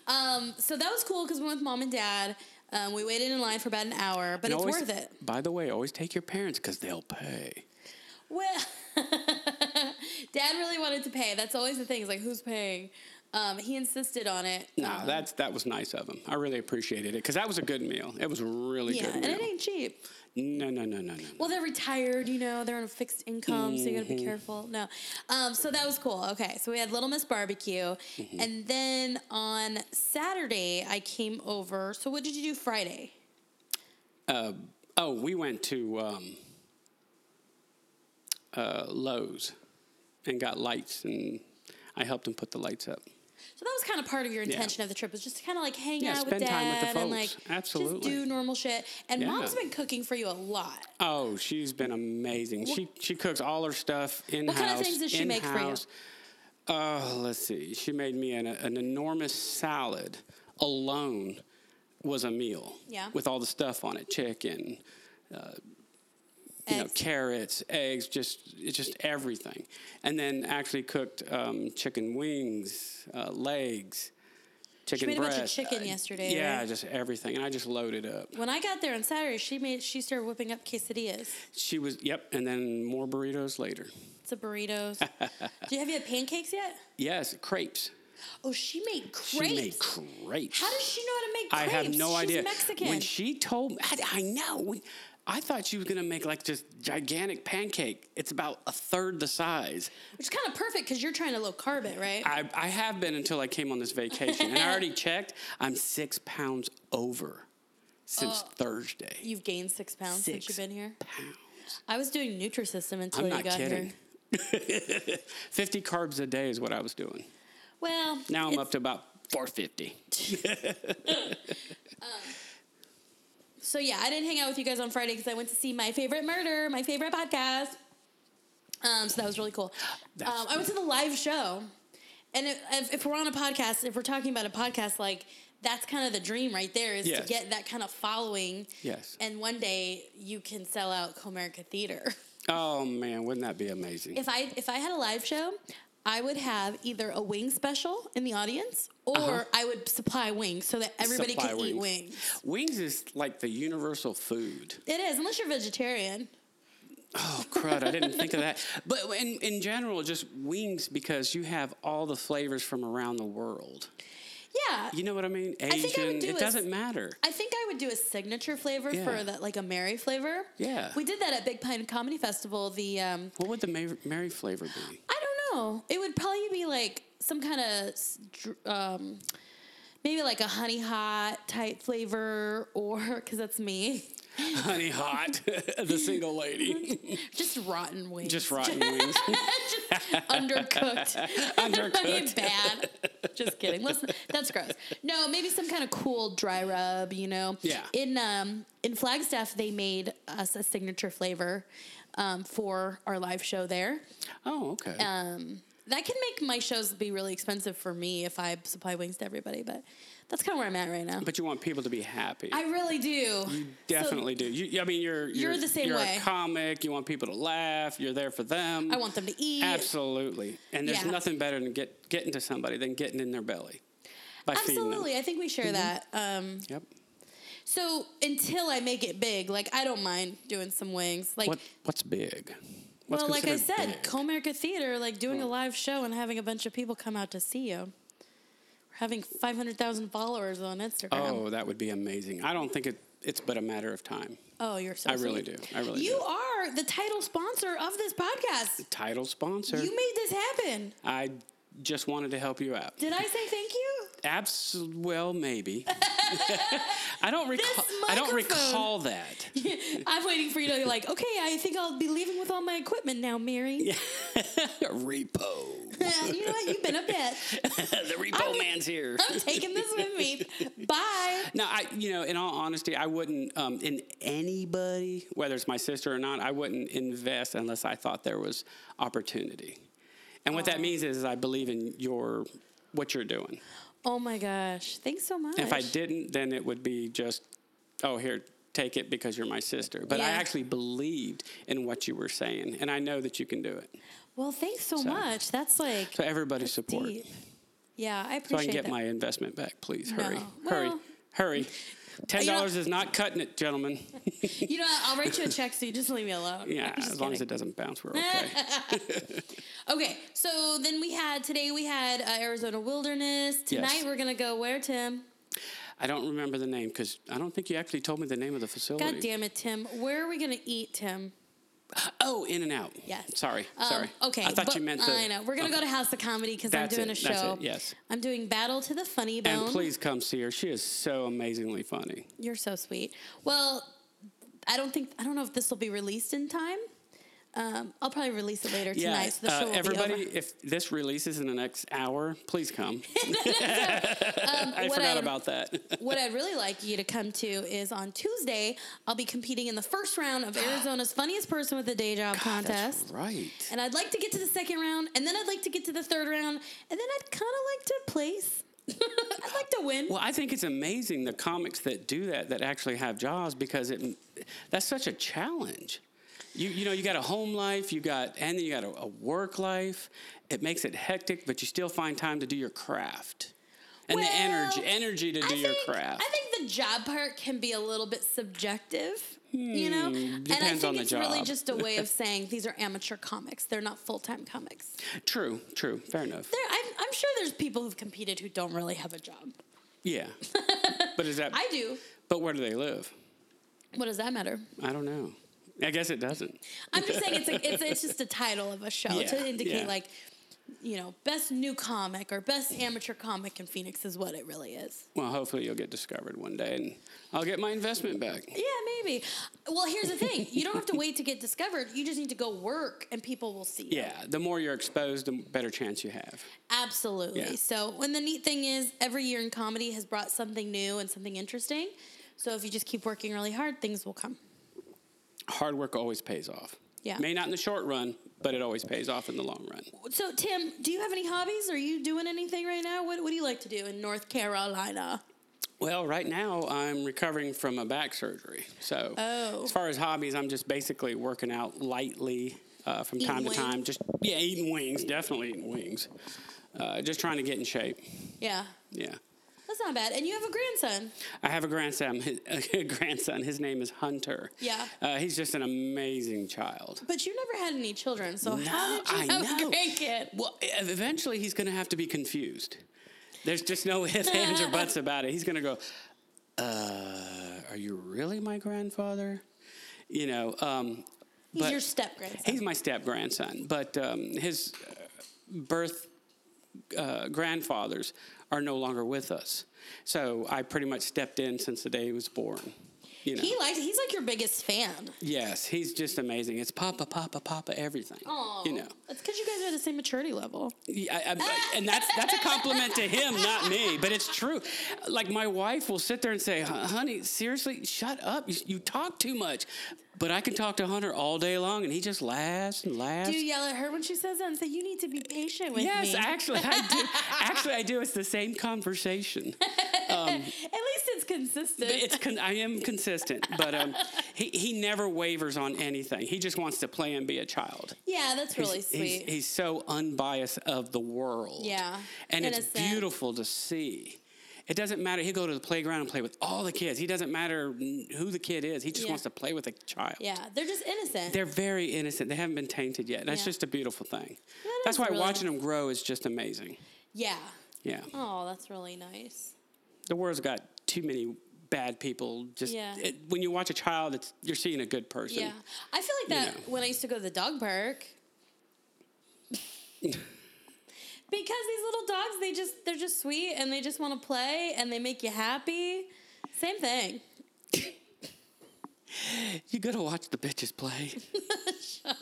Speaker 2: Um, so that was cool because we went with mom and dad. Um, we waited in line for about an hour, but
Speaker 1: And
Speaker 2: it's
Speaker 1: always-
Speaker 2: worth it.
Speaker 1: By the way, always take your parents because they'll pay.
Speaker 2: Well, dad really wanted to pay. That's always the thing. Is like, who's paying? Um, he insisted on it.
Speaker 1: No, that's that was nice of them. I really appreciated it because that was a good meal. It was a really
Speaker 2: Yeah,
Speaker 1: good
Speaker 2: and
Speaker 1: meal.
Speaker 2: it ain't cheap.
Speaker 1: No, no, no, no, no.
Speaker 2: Well, they're retired, you know, they're on a fixed income, so you gotta
Speaker 1: Mm-hmm.
Speaker 2: be careful. No. Um, so that was cool. Okay, so we had Little Miss Barbecue.
Speaker 1: Mm-hmm.
Speaker 2: And then on Saturday, I came over. So, what did you do Friday?
Speaker 1: Uh, oh, we went to um, uh, Lowe's and got lights, and I helped them put the lights up.
Speaker 2: So, that was kind of part of your
Speaker 1: Yeah.
Speaker 2: intention of the trip, was just to kind of like hang
Speaker 1: Yeah,
Speaker 2: out with
Speaker 1: spend
Speaker 2: dad
Speaker 1: time with the
Speaker 2: and like
Speaker 1: folks. Absolutely.
Speaker 2: just do normal shit. And
Speaker 1: Yeah.
Speaker 2: mom's been cooking for you a lot.
Speaker 1: Oh, she's been amazing. She she cooks all her stuff in house.
Speaker 2: kind of things does she make for you?
Speaker 1: for you? Uh, let's see. She made me an, an enormous salad alone was a meal.
Speaker 2: Yeah.
Speaker 1: With all the stuff on it, chicken, uh, you know,
Speaker 2: Eggs.
Speaker 1: carrots, eggs, just it's just everything. And then actually cooked um, chicken wings, uh, legs, chicken
Speaker 2: made a bunch of
Speaker 1: breast.
Speaker 2: chicken
Speaker 1: uh,
Speaker 2: yesterday,
Speaker 1: Yeah,
Speaker 2: right?
Speaker 1: just everything. And I just loaded up.
Speaker 2: When I got there on Saturday, she made she started whipping up quesadillas.
Speaker 1: She was yep, and then more burritos later.
Speaker 2: It's a burritos. do you have you had pancakes yet?
Speaker 1: Yes, crepes.
Speaker 2: Oh, she made crepes.
Speaker 1: She made crepes.
Speaker 2: How does she know how to make
Speaker 1: I
Speaker 2: crepes?
Speaker 1: have no
Speaker 2: She's
Speaker 1: idea.
Speaker 2: Mexican.
Speaker 1: When she told me, I, I know. When, I thought she was gonna make like this gigantic pancake. It's about a third the size.
Speaker 2: Which is kind of perfect because you're trying to low carb it, right?
Speaker 1: I, I have been until I came on this vacation, and I already checked. I'm six pounds over since Thursday.
Speaker 2: You've gained six pounds Oh. since
Speaker 1: Six
Speaker 2: you've been here.
Speaker 1: pounds.
Speaker 2: I was doing Nutrisystem until
Speaker 1: I'm
Speaker 2: you
Speaker 1: not
Speaker 2: got
Speaker 1: kidding.
Speaker 2: here.
Speaker 1: 50 carbs a day is what I was doing.
Speaker 2: Well,
Speaker 1: Now I'm
Speaker 2: it's-
Speaker 1: up to about 450.
Speaker 2: So yeah, I didn't hang out with you guys on Friday because I went to see my favorite murder, my favorite podcast. Um, so that was really cool.
Speaker 1: That's
Speaker 2: Um, I went to the live show, and if, if, if we're on a podcast, if we're talking about a podcast, like that's kind of the dream right there is to
Speaker 1: Yes.
Speaker 2: get that kind of following.
Speaker 1: Yes.
Speaker 2: And one day you can sell out Comerica Theater.
Speaker 1: Oh man, wouldn't that be amazing?
Speaker 2: If I if I had a live show, I would have either a wing special in the audience, or I would supply wings so that everybody
Speaker 1: Uh-huh. Supply
Speaker 2: could eat
Speaker 1: wings.
Speaker 2: wings.
Speaker 1: Wings is like the universal food.
Speaker 2: It is, unless you're vegetarian.
Speaker 1: Oh crud! I didn't think of that. But in in general, just wings because you have all the flavors from around the world.
Speaker 2: Yeah.
Speaker 1: You know what I mean? Asian.
Speaker 2: think I would do
Speaker 1: it
Speaker 2: is-
Speaker 1: doesn't matter.
Speaker 2: I think I would do a signature flavor
Speaker 1: Yeah.
Speaker 2: for that, like a Mary flavor.
Speaker 1: Yeah.
Speaker 2: We did that at Big Pine Comedy Festival. The um,
Speaker 1: What would the Mary, Mary flavor be?
Speaker 2: I don't know. It would probably be like some kind of um, maybe like a honey hot type flavor, or because that's me,
Speaker 1: Honey hot, the single lady,
Speaker 2: just rotten wings,
Speaker 1: just rotten wings.
Speaker 2: undercooked,
Speaker 1: Undercooked.
Speaker 2: bad. Just kidding. Listen, that's gross. No, maybe some kind of cool dry rub. You know.
Speaker 1: Yeah.
Speaker 2: In um in Flagstaff, they made us a signature flavor, um, for our live show there.
Speaker 1: Oh, okay.
Speaker 2: Um, that can make my shows be really expensive for me if I supply wings to everybody, but that's kind of where I'm at right now.
Speaker 1: but you want people to be happy.
Speaker 2: I really do.
Speaker 1: Definitely do. You, I mean, you're
Speaker 2: You're the same
Speaker 1: you're
Speaker 2: way.
Speaker 1: a comic. You want people to laugh. You're there for them.
Speaker 2: I want them to eat.
Speaker 1: Absolutely. And there's
Speaker 2: Yeah.
Speaker 1: nothing better than get getting to somebody than getting in their belly by feeding them.
Speaker 2: Absolutely. I think we share that.
Speaker 1: Mm-hmm.
Speaker 2: Um,
Speaker 1: Yep.
Speaker 2: so until I make it big, like I don't mind doing some wings. Like
Speaker 1: What what's big? What's
Speaker 2: well, like I
Speaker 1: considered
Speaker 2: said,
Speaker 1: big?
Speaker 2: Comerica Theater, like doing a live show and having a bunch of people come out to see you. We're having 500,000 followers on Instagram.
Speaker 1: Oh, that would be amazing. I don't think it, it's but a matter of time.
Speaker 2: Oh, you're so
Speaker 1: I really
Speaker 2: sweet.
Speaker 1: do. I really
Speaker 2: You
Speaker 1: do.
Speaker 2: are the title sponsor of this podcast.
Speaker 1: Title sponsor.
Speaker 2: You made this happen.
Speaker 1: I just wanted to help you out.
Speaker 2: Did I say thank you?
Speaker 1: Abs well maybe. I don't recall I don't
Speaker 2: microphone.
Speaker 1: recall that.
Speaker 2: I'm waiting for you to be like, okay, I think I'll be leaving with all my equipment now, Mary.
Speaker 1: repo.
Speaker 2: you know what? You've been a bitch.
Speaker 1: the repo man's here.
Speaker 2: I'm taking this with me. Bye.
Speaker 1: No, I, you know, in all honesty, I wouldn't um, in anybody, whether it's my sister or not, I wouldn't invest unless I thought there was opportunity. And what that means is, I believe in your what you're doing.
Speaker 2: Oh my gosh. Thanks so much.
Speaker 1: If I didn't, then it would be just, oh, here, take it because you're my sister. But I
Speaker 2: Yeah.
Speaker 1: actually believed in what you were saying, and I know that you can do it.
Speaker 2: Well, thanks so,
Speaker 1: So-
Speaker 2: much. That's like
Speaker 1: So everybody support,
Speaker 2: deep. Yeah, I
Speaker 1: so I
Speaker 2: appreciate
Speaker 1: can get
Speaker 2: that.
Speaker 1: my investment back. Please hurry,
Speaker 2: No.
Speaker 1: hurry,
Speaker 2: Well-
Speaker 1: hurry. Ten
Speaker 2: You know-
Speaker 1: dollars is not cutting it, gentlemen.
Speaker 2: you know, what? I'll write you a check so you just leave me alone.
Speaker 1: Yeah,
Speaker 2: I'm just
Speaker 1: as long as it
Speaker 2: kidding.
Speaker 1: doesn't bounce, we're okay.
Speaker 2: Okay, so then we had today we had uh, Arizona Wilderness. Tonight we're gonna go where, Tim?
Speaker 1: I don't remember the name because I don't think you actually told me the name of the facility.
Speaker 2: God damn it, Tim. Where are we gonna eat, Tim?
Speaker 1: Oh, In and Out.
Speaker 2: Yes.
Speaker 1: Sorry.
Speaker 2: Um,
Speaker 1: sorry.
Speaker 2: Okay.
Speaker 1: I thought
Speaker 2: but
Speaker 1: you meant the.
Speaker 2: I know. We're gonna go to House of Comedy because I'm
Speaker 1: That's
Speaker 2: doing
Speaker 1: it,
Speaker 2: a
Speaker 1: that's
Speaker 2: show.
Speaker 1: it, yes.
Speaker 2: I'm doing Battle to the Funny Bone.
Speaker 1: And please come see her. She is so amazingly funny.
Speaker 2: You're so sweet. Well, I don't think I don't know if this will be released in time. Um, I'll probably release it later tonight. So the
Speaker 1: uh,
Speaker 2: show will
Speaker 1: everybody,
Speaker 2: be over. um,
Speaker 1: if this releases in the next hour, please come. I
Speaker 2: what
Speaker 1: forgot
Speaker 2: I'd-
Speaker 1: about that.
Speaker 2: What I'd really like you to come to is on Tuesday. I'll be competing in the first round of Arizona's Funniest Person with a Day Job contest.
Speaker 1: That's right.
Speaker 2: And I'd like to get to the second round, and then I'd like to get to the third round, and then I'd kind of like to place. I'd like to win.
Speaker 1: Well, I think it's amazing the comics that do that that actually have jobs because it that's such a challenge. You you know you got a home life, you got and then you got a, a work life. It makes it hectic, but you still find time to do your craft and the
Speaker 2: Well,
Speaker 1: energy energy to do
Speaker 2: I
Speaker 1: your
Speaker 2: think-
Speaker 1: craft.
Speaker 2: I think the job part can be a little bit subjective, you know? and I
Speaker 1: Hmm, depends
Speaker 2: think
Speaker 1: on the
Speaker 2: it's really
Speaker 1: job.
Speaker 2: just a way of saying these are amateur comics. They're not full time comics.
Speaker 1: true, true, fair enough.
Speaker 2: There, I'm, I'm sure there's people who've competed who don't really have a job.
Speaker 1: Yeah, but is that?
Speaker 2: I do.
Speaker 1: But where do they live?
Speaker 2: What does that matter?
Speaker 1: I don't know. I guess it doesn't.
Speaker 2: I'm just saying it's, a, it's, it's just a title of a show
Speaker 1: Yeah,
Speaker 2: to indicate,
Speaker 1: yeah.
Speaker 2: like, you know, best new comic or best amateur comic in Phoenix is what it really is.
Speaker 1: Well, hopefully you'll get discovered one day, and I'll get my investment back.
Speaker 2: Yeah, maybe. Well, here's the thing you don't have to wait to get discovered. You just need to go work and people will see you.
Speaker 1: Yeah, the more you're exposed, the better chance you have.
Speaker 2: Absolutely.
Speaker 1: Yeah.
Speaker 2: So, and the neat thing is, every year in comedy has brought something new and something interesting. So, if you just keep working really hard, things will come.
Speaker 1: hard work always pays off.
Speaker 2: Yeah.
Speaker 1: May not in the short run, but it always pays off in the long run.
Speaker 2: So, Tim, do you have any hobbies? Are you doing anything right now? What, what do you like to do in North Carolina?
Speaker 1: Well, right now I'm recovering from a back surgery. So,
Speaker 2: Oh.
Speaker 1: as far as hobbies, I'm just basically working out lightly uh, from time
Speaker 2: Eating
Speaker 1: to time.
Speaker 2: wings?
Speaker 1: Just, yeah, eating wings, definitely eating wings. Uh, just trying to get in shape.
Speaker 2: Yeah,
Speaker 1: Yeah.
Speaker 2: that's not bad. And you have a grandson.
Speaker 1: I have a grandson. A grandson. His name is Hunter.
Speaker 2: Yeah.
Speaker 1: Uh, he's just an amazing child.
Speaker 2: But you never had any children, so how
Speaker 1: No,
Speaker 2: did you
Speaker 1: I
Speaker 2: have
Speaker 1: know.
Speaker 2: a grandkid?
Speaker 1: Well, e- eventually he's going to have to be confused. There's just no ifs, ands, or buts about it. He's going to go, uh, Are you really my grandfather? You know, um,
Speaker 2: He's
Speaker 1: but-
Speaker 2: your step grandson.
Speaker 1: he's my step grandson, but um, his uh, birth uh, grandfathers are no longer with us. So I pretty much stepped in since the day he was born. You know,
Speaker 2: He likes. He's like your biggest fan.
Speaker 1: yes, he's just amazing. It's Papa, Papa, Papa, everything.
Speaker 2: Oh,
Speaker 1: You know,
Speaker 2: that's because you guys are at the same maturity level.
Speaker 1: Yeah, I, I- and that's that's a compliment to him, not me. But it's true. Like my wife will sit there and say, "Hon- "Honey, seriously, shut up. You, you talk too much." But I can talk to Hunter all day long, and he just laughs and laughs.
Speaker 2: Do you yell at her when she says that and say you need to be patient with
Speaker 1: yes,
Speaker 2: me?
Speaker 1: actually, I do. actually, I do. It's the same conversation.
Speaker 2: At least it's consistent.
Speaker 1: It's con- I am consistent, but um, he he never wavers on anything. He just wants to play and be a child.
Speaker 2: yeah, that's really
Speaker 1: he's,
Speaker 2: sweet.
Speaker 1: He's, he's so unbiased of the world.
Speaker 2: Yeah.
Speaker 1: And it's
Speaker 2: Innocent.
Speaker 1: beautiful to see. It doesn't matter. He'll go to the playground and play with all the kids. He doesn't matter who the kid is. He just
Speaker 2: Yeah.
Speaker 1: wants to play with a child.
Speaker 2: yeah, they're just innocent.
Speaker 1: They're very innocent. They haven't been tainted yet. That's
Speaker 2: Yeah.
Speaker 1: just a beautiful thing.
Speaker 2: That
Speaker 1: That's
Speaker 2: is
Speaker 1: why
Speaker 2: really-
Speaker 1: watching them grow is just amazing.
Speaker 2: yeah.
Speaker 1: Yeah.
Speaker 2: Oh, that's really nice.
Speaker 1: The world's got too many bad people. Just
Speaker 2: Yeah.
Speaker 1: it, when you watch a child, it's you're seeing a good person.
Speaker 2: Yeah, I feel like that
Speaker 1: you know.
Speaker 2: when I used to go to the dog park. because these little dogs, they just they're just sweet and they just want to play and they make you happy. Same thing.
Speaker 1: You gotta watch the bitches play.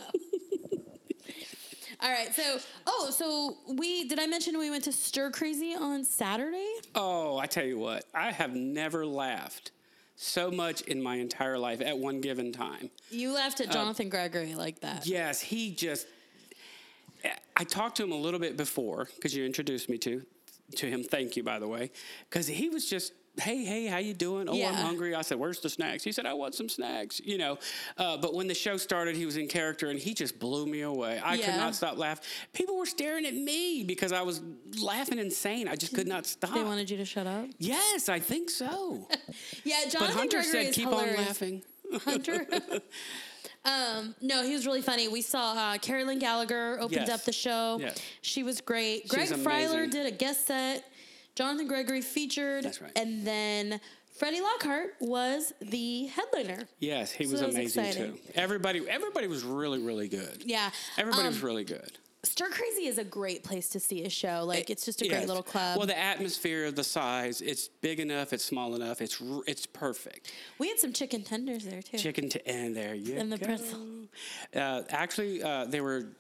Speaker 2: All right, so oh, so we did I mention we went to Stir Crazy on Saturday?
Speaker 1: Oh, I tell you what, I have never laughed so much in my entire life at one given time.
Speaker 2: You laughed at Jonathan Gregory like that.
Speaker 1: Yes, he just. I talked to him a little bit before because you introduced me to. to him thank you by the way because he was just hey hey how you doing oh
Speaker 2: Yeah.
Speaker 1: i'm hungry i said where's the snacks he said i want some snacks you know uh, but when the show started he was in character and he just blew me away i could
Speaker 2: Yeah.
Speaker 1: not stop laughing people were staring at me because i was laughing insane i just could not stop
Speaker 2: They wanted you to shut up.
Speaker 1: yes i think so
Speaker 2: Yeah, Jonathan
Speaker 1: but hunter
Speaker 2: Gregory
Speaker 1: said
Speaker 2: is
Speaker 1: keep
Speaker 2: hilarious.
Speaker 1: on laughing
Speaker 2: Hunter. um, no, he was really funny. We saw uh, Carolyn Gallagher opened
Speaker 1: Yes.
Speaker 2: up the show.
Speaker 1: Yes.
Speaker 2: She was great. Greg
Speaker 1: She's
Speaker 2: Freiler
Speaker 1: amazing.
Speaker 2: did a guest set. Jonathan Gregory featured.
Speaker 1: That's right.
Speaker 2: And then Freddie Lockhart was the headliner.
Speaker 1: yes he
Speaker 2: So
Speaker 1: was
Speaker 2: that was
Speaker 1: amazing
Speaker 2: exciting.
Speaker 1: too everybody everybody was really really good
Speaker 2: Yeah.
Speaker 1: everybody
Speaker 2: Um,
Speaker 1: was really good
Speaker 2: Stir Crazy is a great place to see a show. Like, it's just a
Speaker 1: Yes.
Speaker 2: great little club.
Speaker 1: Well, the atmosphere, the size, it's big enough, it's small enough, it's r- it's perfect.
Speaker 2: we had some chicken tenders there, too.
Speaker 1: Chicken to and there you
Speaker 2: And the
Speaker 1: go.
Speaker 2: pretzel.
Speaker 1: Uh, actually, uh, they were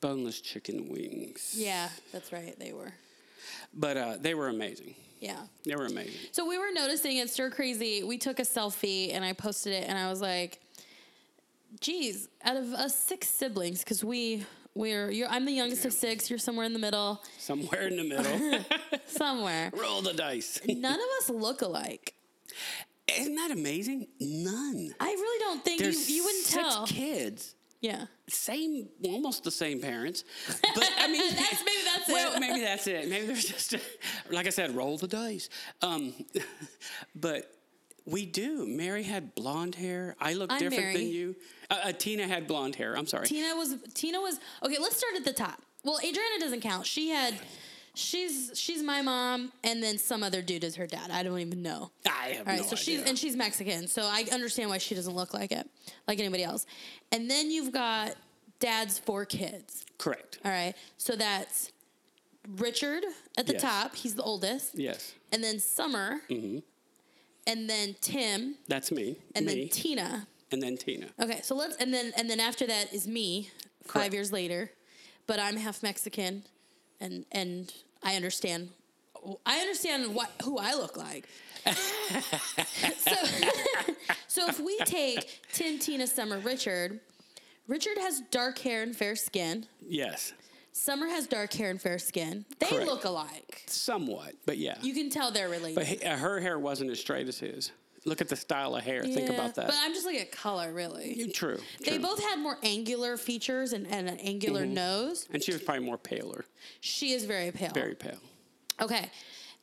Speaker 1: boneless chicken wings,
Speaker 2: yeah, that's right. They were.
Speaker 1: but uh, they were amazing.
Speaker 2: Yeah.
Speaker 1: They were amazing.
Speaker 2: So we were noticing at Stir Crazy, we took a selfie and I posted it and I was like, geez, out of us six siblings, because we we're you're I'm the youngest of six, you're somewhere in the middle,
Speaker 1: Somewhere in the middle,
Speaker 2: somewhere.
Speaker 1: roll the dice.
Speaker 2: None of us look alike.
Speaker 1: Isn't that amazing? None.
Speaker 2: I really don't think you,
Speaker 1: There's
Speaker 2: you wouldn't
Speaker 1: six
Speaker 2: tell.
Speaker 1: kids.
Speaker 2: Yeah.
Speaker 1: same, almost the same parents. But I mean,
Speaker 2: That's- maybe that's
Speaker 1: well,
Speaker 2: it.
Speaker 1: maybe that's it. Maybe there's just, like I said, roll the dice. Um, but we do. Mary had blonde hair. I look
Speaker 2: I'm
Speaker 1: different
Speaker 2: Mary.
Speaker 1: than you. Uh, uh, Tina had blonde hair. I'm sorry.
Speaker 2: Tina was Tina was okay, let's start at the top. Well, Adriana doesn't count. She had she's she's my mom and then some other dude is her dad. I don't even know.
Speaker 1: I have
Speaker 2: All right,
Speaker 1: no
Speaker 2: so
Speaker 1: idea.
Speaker 2: she's and she's Mexican, so I understand why she doesn't look like it, like anybody else. And then you've got dad's four kids.
Speaker 1: correct.
Speaker 2: All right, so that's Richard at the
Speaker 1: Yes. Mm-hmm.
Speaker 2: top. He's the oldest,
Speaker 1: Yes,
Speaker 2: and then Summer, and then Tim,
Speaker 1: that's me.
Speaker 2: and
Speaker 1: me,
Speaker 2: then Tina.
Speaker 1: and then Tina.
Speaker 2: Okay, so let's and then and then after that is me, five
Speaker 1: Correct.
Speaker 2: years later, but I'm half Mexican, and and I understand. I understand what who I look like. so, so if we take Tim, Tina, Summer, Richard, Richard has dark hair and fair skin.
Speaker 1: Yes,
Speaker 2: Summer has dark hair and fair skin. They
Speaker 1: Correct.
Speaker 2: look alike.
Speaker 1: somewhat, but yeah.
Speaker 2: You can tell they're related.
Speaker 1: but he, uh, her hair wasn't as straight as his. Look at the style of hair. Think
Speaker 2: Yeah,
Speaker 1: about that.
Speaker 2: But I'm just looking at color, really.
Speaker 1: You- true.
Speaker 2: They
Speaker 1: true. Mm-hmm.
Speaker 2: both had more angular features and, and an angular nose.
Speaker 1: and she was probably more paler,
Speaker 2: She is very pale.
Speaker 1: very pale.
Speaker 2: Okay.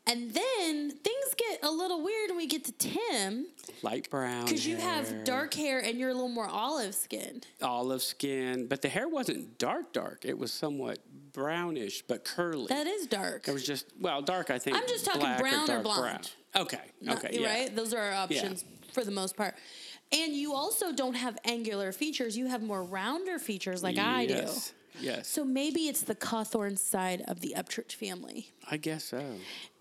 Speaker 2: And then things get a little weird when we get to Tim
Speaker 1: light brown
Speaker 2: because you have
Speaker 1: hair,
Speaker 2: dark hair and you're a little more olive skinned.
Speaker 1: olive skin but the hair wasn't dark dark it was somewhat brownish but curly
Speaker 2: That is dark.
Speaker 1: it was just well dark i think
Speaker 2: I'm just talking
Speaker 1: black
Speaker 2: brown or
Speaker 1: dark
Speaker 2: blonde.
Speaker 1: brown. okay
Speaker 2: Not-
Speaker 1: okay yeah.
Speaker 2: Right? Those are our options for the most part. And you also don't have angular features. You have more rounder features like I do.
Speaker 1: yes. yes
Speaker 2: So maybe it's the Cawthorn side of the Upchurch family.
Speaker 1: i guess so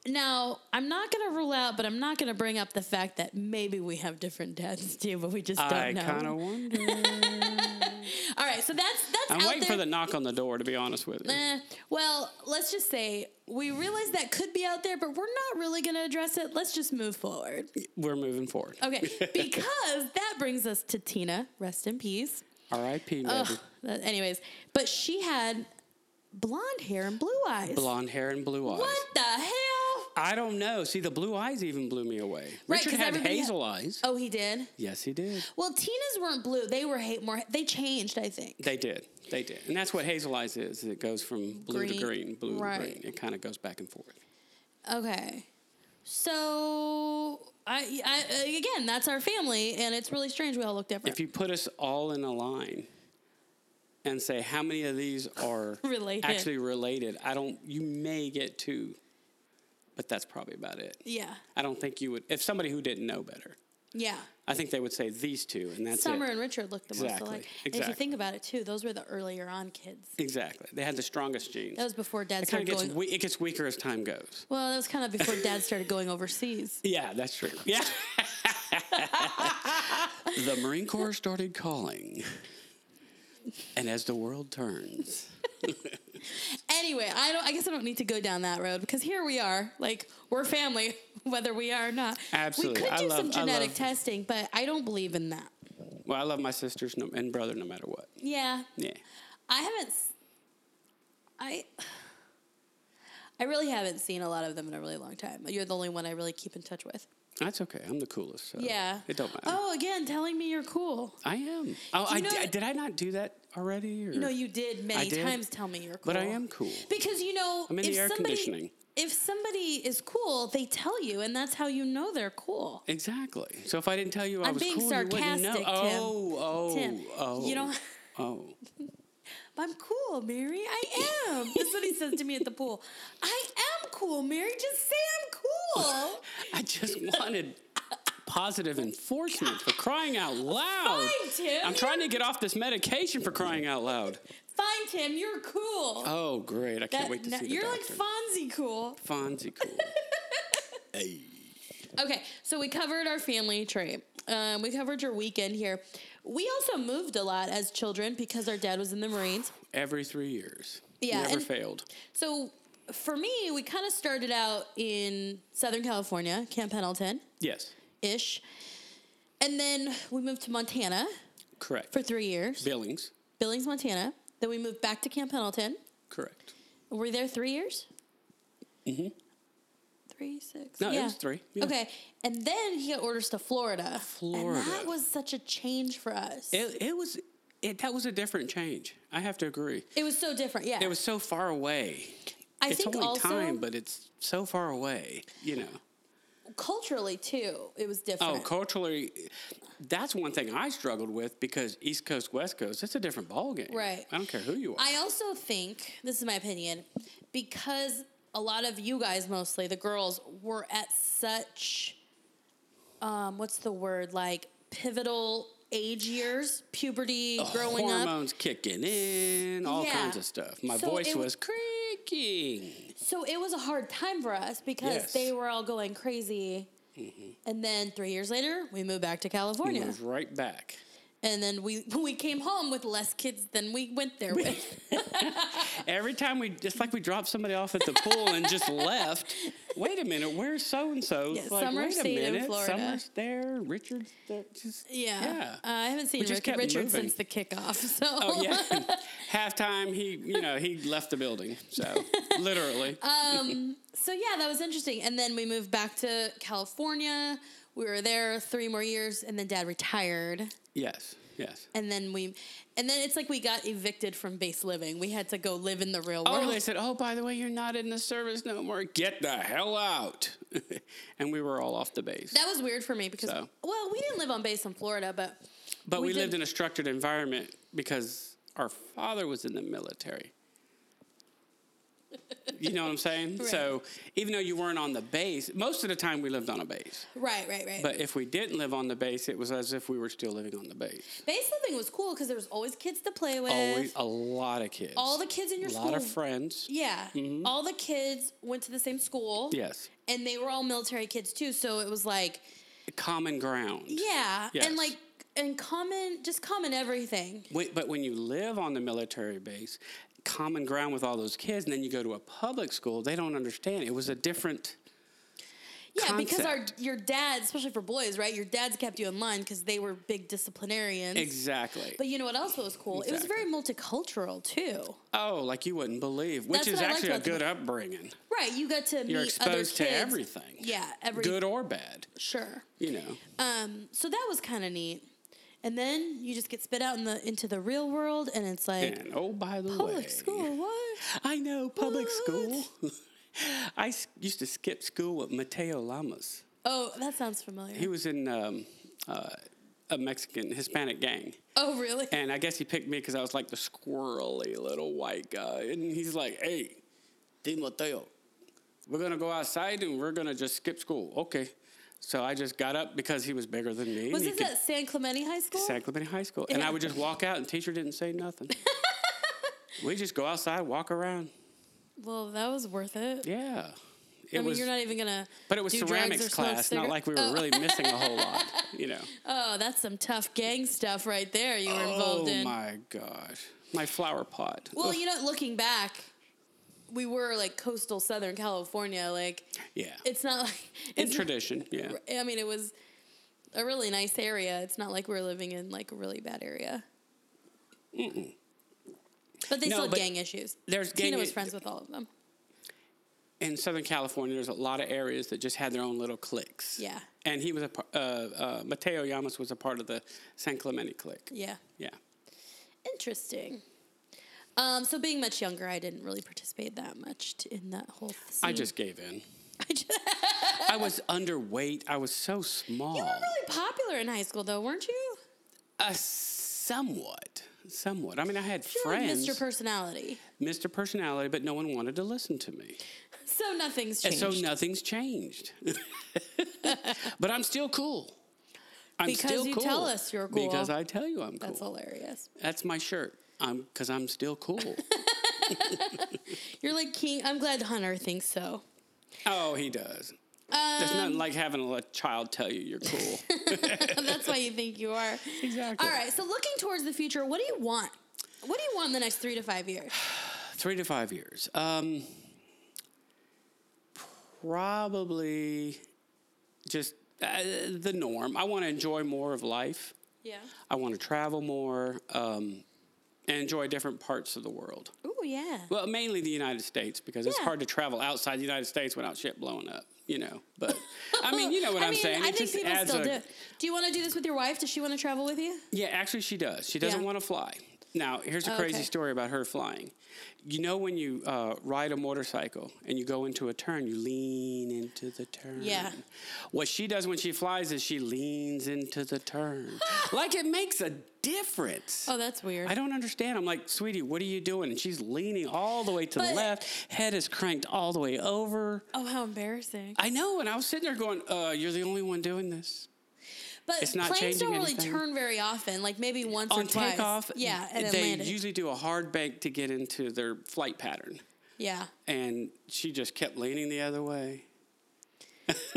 Speaker 2: Now, I'm not going to rule out, but I'm not going to bring up the fact that maybe we have different dads too, but we just don't
Speaker 1: i
Speaker 2: know.
Speaker 1: kind of wonder
Speaker 2: All right, so that's that's
Speaker 1: i'm
Speaker 2: out
Speaker 1: waiting
Speaker 2: there.
Speaker 1: for the knock on the door to be honest with you
Speaker 2: Eh, well, let's just say we realize that could be out there, but we're not really going to address it. Let's just move forward.
Speaker 1: we're moving forward
Speaker 2: Okay, because that brings us to Tina. Rest in peace.
Speaker 1: rip baby
Speaker 2: Ugh, that- anyways, but she had blonde hair and blue eyes.
Speaker 1: blonde hair and blue eyes
Speaker 2: What the hell?
Speaker 1: i don't know see the blue eyes even blew me away
Speaker 2: Right,
Speaker 1: richard
Speaker 2: 'cause
Speaker 1: had
Speaker 2: everybody had-
Speaker 1: hazel eyes
Speaker 2: Oh, he did.
Speaker 1: yes he did
Speaker 2: Well, Tina's weren't blue. They were hate more. They changed, I think.
Speaker 1: They did. They did. And that's what hazel eyes is. It goes from blue
Speaker 2: Green.
Speaker 1: to green, blue
Speaker 2: Right.
Speaker 1: to green. It kind of goes back and forth.
Speaker 2: Okay. So I, I again, that's our family, and it's really strange. We all look different.
Speaker 1: If you put us all in a line and say how many of these are
Speaker 2: Related.
Speaker 1: actually related, I don't you may get two, but that's probably about it.
Speaker 2: yeah.
Speaker 1: I don't think you would if somebody who didn't know better.
Speaker 2: Yeah.
Speaker 1: I think they would say these two and that's
Speaker 2: Summer
Speaker 1: it.
Speaker 2: and Richard looked the most
Speaker 1: Exactly,
Speaker 2: alike. And If you
Speaker 1: exactly.
Speaker 2: think about it, too, those were the earlier on kids.
Speaker 1: Exactly. They had the strongest genes.
Speaker 2: That was before Dad
Speaker 1: it kind of
Speaker 2: started
Speaker 1: gets
Speaker 2: going.
Speaker 1: we- it gets weaker as time goes.
Speaker 2: well, that was kind of before Dad started going overseas.
Speaker 1: Yeah, that's true. Yeah. the Marine Corps started calling. And as the world turns,
Speaker 2: Anyway, I don't. I guess I don't need to go down that road because here we are. Like we're family, whether we are or not.
Speaker 1: Absolutely.
Speaker 2: We could
Speaker 1: I
Speaker 2: do
Speaker 1: love-
Speaker 2: some
Speaker 1: I
Speaker 2: genetic
Speaker 1: love-
Speaker 2: testing, but I don't believe in that.
Speaker 1: well, I love my sisters no, and brother no matter what.
Speaker 2: Yeah.
Speaker 1: Yeah.
Speaker 2: I haven't. s- I. I really haven't seen a lot of them in a really long time. You're the only one I really keep in touch with.
Speaker 1: That's okay. I'm the coolest. So
Speaker 2: Yeah.
Speaker 1: It don't matter.
Speaker 2: Oh, again, telling me you're cool.
Speaker 1: I am. Oh, I,
Speaker 2: know
Speaker 1: di-
Speaker 2: that-
Speaker 1: did I not do that already? Or?
Speaker 2: No, you did many
Speaker 1: did?
Speaker 2: times tell me you're cool.
Speaker 1: But I am cool.
Speaker 2: Because you know,
Speaker 1: I'm in
Speaker 2: if
Speaker 1: the air
Speaker 2: somebody,
Speaker 1: conditioning.
Speaker 2: If somebody is cool, they tell you, and that's how you know they're cool.
Speaker 1: Exactly. So if I didn't tell you I
Speaker 2: I'm
Speaker 1: was
Speaker 2: being
Speaker 1: cool, you wouldn't
Speaker 2: sarcastic,
Speaker 1: know.
Speaker 2: Tim.
Speaker 1: Oh, oh,
Speaker 2: Tim,
Speaker 1: oh.
Speaker 2: you don't-
Speaker 1: Oh.
Speaker 2: I'm cool, Mary. I am. That's what he says to me at the pool. I am cool, Mary. Just say I'm cool.
Speaker 1: I just wanted positive enforcement for crying out loud.
Speaker 2: Fine, Tim.
Speaker 1: I'm trying to get off this medication for crying out loud.
Speaker 2: Fine, Tim. You're cool.
Speaker 1: Oh, great. I can't
Speaker 2: That-
Speaker 1: wait to
Speaker 2: no,
Speaker 1: see the
Speaker 2: you're
Speaker 1: doctor.
Speaker 2: like Fonzie cool.
Speaker 1: Fonzie cool. hey.
Speaker 2: Okay, so we covered our family trip. Um, we covered your weekend here. We also moved a lot as children because our dad was in the Marines.
Speaker 1: Every three years.
Speaker 2: Yeah,
Speaker 1: Never
Speaker 2: and-
Speaker 1: failed.
Speaker 2: So for me, we kind of started out in Southern California, Camp Pendleton
Speaker 1: Yes.
Speaker 2: ish. And then we moved to Montana
Speaker 1: Correct.
Speaker 2: for three years,
Speaker 1: Billings.
Speaker 2: Billings, Montana. Then we moved back to Camp Pendleton.
Speaker 1: Correct.
Speaker 2: Were we there three years? Mm-hmm. Three, six.
Speaker 1: No, it
Speaker 2: yeah.
Speaker 1: was three, yeah.
Speaker 2: Okay. And then he got orders to Florida.
Speaker 1: Florida.
Speaker 2: And that was such a change for us. It,
Speaker 1: It, it was it, that was a different change. I have to agree.
Speaker 2: was so different. Yeah.
Speaker 1: It was so far away.
Speaker 2: I
Speaker 1: it's
Speaker 2: think
Speaker 1: only
Speaker 2: also
Speaker 1: time, but it's so far away. You know.
Speaker 2: culturally, too, it was different.
Speaker 1: Oh, culturally, that's one thing I struggled with because East Coast, West Coast, it's a different ballgame.
Speaker 2: Right.
Speaker 1: I don't care who you are.
Speaker 2: I also think this is my opinion because a lot of you guys, mostly the girls, were at such um, what's the word like pivotal age years, puberty, growing up.
Speaker 1: Hormones kicking in, all
Speaker 2: Yeah.
Speaker 1: kinds of stuff. My
Speaker 2: So
Speaker 1: voice
Speaker 2: it-
Speaker 1: was creaking.
Speaker 2: So it was a hard time for us because
Speaker 1: Yes. Mm-hmm.
Speaker 2: they were all going crazy. And then three years later, we moved back to California,
Speaker 1: It was right back.
Speaker 2: and then we we came home with less kids than we went there with.
Speaker 1: Every time we, just like we dropped somebody off at the pool and just left. Wait a minute, where's so and so?
Speaker 2: Yeah, Summer
Speaker 1: wait a
Speaker 2: stayed in
Speaker 1: minute,
Speaker 2: Florida.
Speaker 1: Summer's there, Richard's there. Just,
Speaker 2: yeah,
Speaker 1: yeah.
Speaker 2: Uh, I haven't seen
Speaker 1: just
Speaker 2: Rick,
Speaker 1: kept
Speaker 2: Richard
Speaker 1: moving.
Speaker 2: since the kickoff. So
Speaker 1: Oh yeah, halftime. He, you know, he left the building. So literally,
Speaker 2: Uh, So yeah, that was interesting. And then we moved back to California. We were there three more years, and then Dad retired.
Speaker 1: yes, yes.
Speaker 2: And then we, and then it's like we got evicted from base living. We had to go live in the real world.
Speaker 1: Oh, they said, oh, by the way, you're not in the service no more. Get the hell out. and we were all off the base.
Speaker 2: that was weird for me because
Speaker 1: So.
Speaker 2: well, we didn't live on base in Florida, but
Speaker 1: but we,
Speaker 2: we
Speaker 1: lived
Speaker 2: did-
Speaker 1: in a structured environment because our father was in the military. you know what I'm saying? So even though you weren't on the base, most of the time we lived on a base.
Speaker 2: right, right, right.
Speaker 1: But if we didn't live on the base, it was as if we were still living on the base.
Speaker 2: base living was cool because there was always kids to play with.
Speaker 1: Always a lot of kids.
Speaker 2: all the kids in your
Speaker 1: a lot of
Speaker 2: school-
Speaker 1: friends.
Speaker 2: yeah,
Speaker 1: Mm-hmm.
Speaker 2: all the kids went to the same school.
Speaker 1: Yes.
Speaker 2: and they were all military kids too. So it was like
Speaker 1: Common ground.
Speaker 2: yeah,
Speaker 1: Yes.
Speaker 2: and like and common, just common everything.
Speaker 1: Wait, but when you live on the military base, common ground with all those kids, and then you go to a public school, they don't understand. It was a different.
Speaker 2: Yeah, because our
Speaker 1: concept.
Speaker 2: your dad, especially for boys, right? Your dads kept you in line because they were big disciplinarians.
Speaker 1: Exactly.
Speaker 2: But you know what else was cool? It was very multicultural too.
Speaker 1: oh, like you wouldn't believe, which
Speaker 2: That's
Speaker 1: is
Speaker 2: what I liked
Speaker 1: actually a
Speaker 2: about the
Speaker 1: good upbringing.
Speaker 2: Right, you got to
Speaker 1: You're
Speaker 2: meet other
Speaker 1: exposed
Speaker 2: kids.
Speaker 1: to everything.
Speaker 2: Yeah, every
Speaker 1: Good or bad,
Speaker 2: sure.
Speaker 1: you know.
Speaker 2: Um, so that was kind of neat. And then you just get spit out in the into the real world, and it's like
Speaker 1: And oh, by the way,
Speaker 2: public school. What?
Speaker 1: I know public
Speaker 2: What?
Speaker 1: school. I s- used to skip school with Mateo Lamas.
Speaker 2: Oh, that sounds familiar.
Speaker 1: He was in um, uh, a Mexican Hispanic gang.
Speaker 2: oh, really?
Speaker 1: And I guess he picked me because I was like the squirrely little white guy. And he's like, hey, Timoteo, we're going to go outside and we're going to just skip school. Okay. So I just got up because he was bigger than me.
Speaker 2: was
Speaker 1: he
Speaker 2: this at San Clemente High School?
Speaker 1: San Clemente High School. And I would just walk out and teacher didn't say nothing. we just go outside, walk around.
Speaker 2: well, that was worth it.
Speaker 1: Yeah. It
Speaker 2: I mean,
Speaker 1: was,
Speaker 2: you're not even gonna.
Speaker 1: but it was
Speaker 2: do drugs or
Speaker 1: ceramics
Speaker 2: smoke
Speaker 1: class, not
Speaker 2: cigar-
Speaker 1: like we were
Speaker 2: Oh.
Speaker 1: really missing a whole lot, you know.
Speaker 2: Oh, that's some tough gang stuff right there you were involved
Speaker 1: oh
Speaker 2: in.
Speaker 1: my gosh. My flower pot.
Speaker 2: Well, you know, looking back, we were like coastal Southern California. Like,
Speaker 1: yeah.
Speaker 2: it's not like.
Speaker 1: In
Speaker 2: It's
Speaker 1: tradition, yeah.
Speaker 2: I mean, it was a really nice area. It's not like we are living in like a really bad area. But they
Speaker 1: No,
Speaker 2: still had
Speaker 1: but
Speaker 2: gang issues.
Speaker 1: there's
Speaker 2: Tina
Speaker 1: gang
Speaker 2: was
Speaker 1: i-
Speaker 2: friends with all of them.
Speaker 1: in Southern California, there's a lot of areas that just had their own little cliques.
Speaker 2: Yeah.
Speaker 1: And he was a par- uh, uh, Mateo Llamas was a part of the San Clemente clique.
Speaker 2: Yeah.
Speaker 1: Yeah.
Speaker 2: Interesting. Um, so being much younger, I didn't really participate that much t- in that whole. Scene.
Speaker 1: I just gave in.
Speaker 2: I just.
Speaker 1: I was underweight. I was so small.
Speaker 2: You were really popular in high school, though, weren't you?
Speaker 1: uh, somewhat. Somewhat. I mean, I had
Speaker 2: You were like
Speaker 1: friends,
Speaker 2: Mr. Personality.
Speaker 1: Mr. Personality, but no one wanted to listen to me.
Speaker 2: So nothing's
Speaker 1: And
Speaker 2: changed.
Speaker 1: so nothing's changed. but I'm still cool. I'm
Speaker 2: Because
Speaker 1: still
Speaker 2: you
Speaker 1: cool.
Speaker 2: tell us you're cool.
Speaker 1: Because I tell you I'm cool.
Speaker 2: That's
Speaker 1: That's,
Speaker 2: hilarious.
Speaker 1: my shirt. I'm because I'm still cool.
Speaker 2: You're like King. I'm glad Hunter thinks so.
Speaker 1: oh, he does. There's
Speaker 2: Um,
Speaker 1: nothing like having a little child tell you you're cool.
Speaker 2: That's why you think you are.
Speaker 1: exactly.
Speaker 2: All right. So looking towards the future, what do you want? What do you want in the next three to five years?
Speaker 1: Three to five years. Um, probably just uh, the norm. I want to enjoy more of life.
Speaker 2: Yeah.
Speaker 1: I want to travel more um, and enjoy different parts of the world.
Speaker 2: Oh yeah.
Speaker 1: Well, mainly the United States because it's
Speaker 2: Yeah.
Speaker 1: hard to travel outside the United States without shit blowing up, you know. But I mean, you know what
Speaker 2: I
Speaker 1: am
Speaker 2: mean,
Speaker 1: saying.
Speaker 2: I
Speaker 1: It
Speaker 2: think
Speaker 1: just
Speaker 2: people
Speaker 1: adds
Speaker 2: still
Speaker 1: a-
Speaker 2: do. Do you want to do this with your wife? Does she want to travel with you?
Speaker 1: Yeah, actually, she does. She doesn't
Speaker 2: Yeah.
Speaker 1: want to fly. Now, here's a
Speaker 2: Oh,
Speaker 1: crazy
Speaker 2: okay.
Speaker 1: story about her flying. You know, when you uh, ride a motorcycle and you go into a turn, you lean into the turn.
Speaker 2: Yeah.
Speaker 1: What she does when she flies is she leans into the turn. like it makes a difference.
Speaker 2: Oh, that's weird.
Speaker 1: I don't understand. I'm like, sweetie, what are you doing? And she's leaning all the way to the
Speaker 2: But-
Speaker 1: left, head is cranked all the way over.
Speaker 2: Oh, how embarrassing.
Speaker 1: I know. And I was sitting there going, uh, you're the only one doing this.
Speaker 2: But
Speaker 1: It's not
Speaker 2: planes
Speaker 1: changing
Speaker 2: don't really
Speaker 1: anything.
Speaker 2: turn very often. Like maybe once or
Speaker 1: On
Speaker 2: twice.
Speaker 1: takeoff,
Speaker 2: Yeah, and then
Speaker 1: they
Speaker 2: landing.
Speaker 1: usually do a hard bank to get into their flight pattern.
Speaker 2: yeah,
Speaker 1: And she just kept leaning the other way.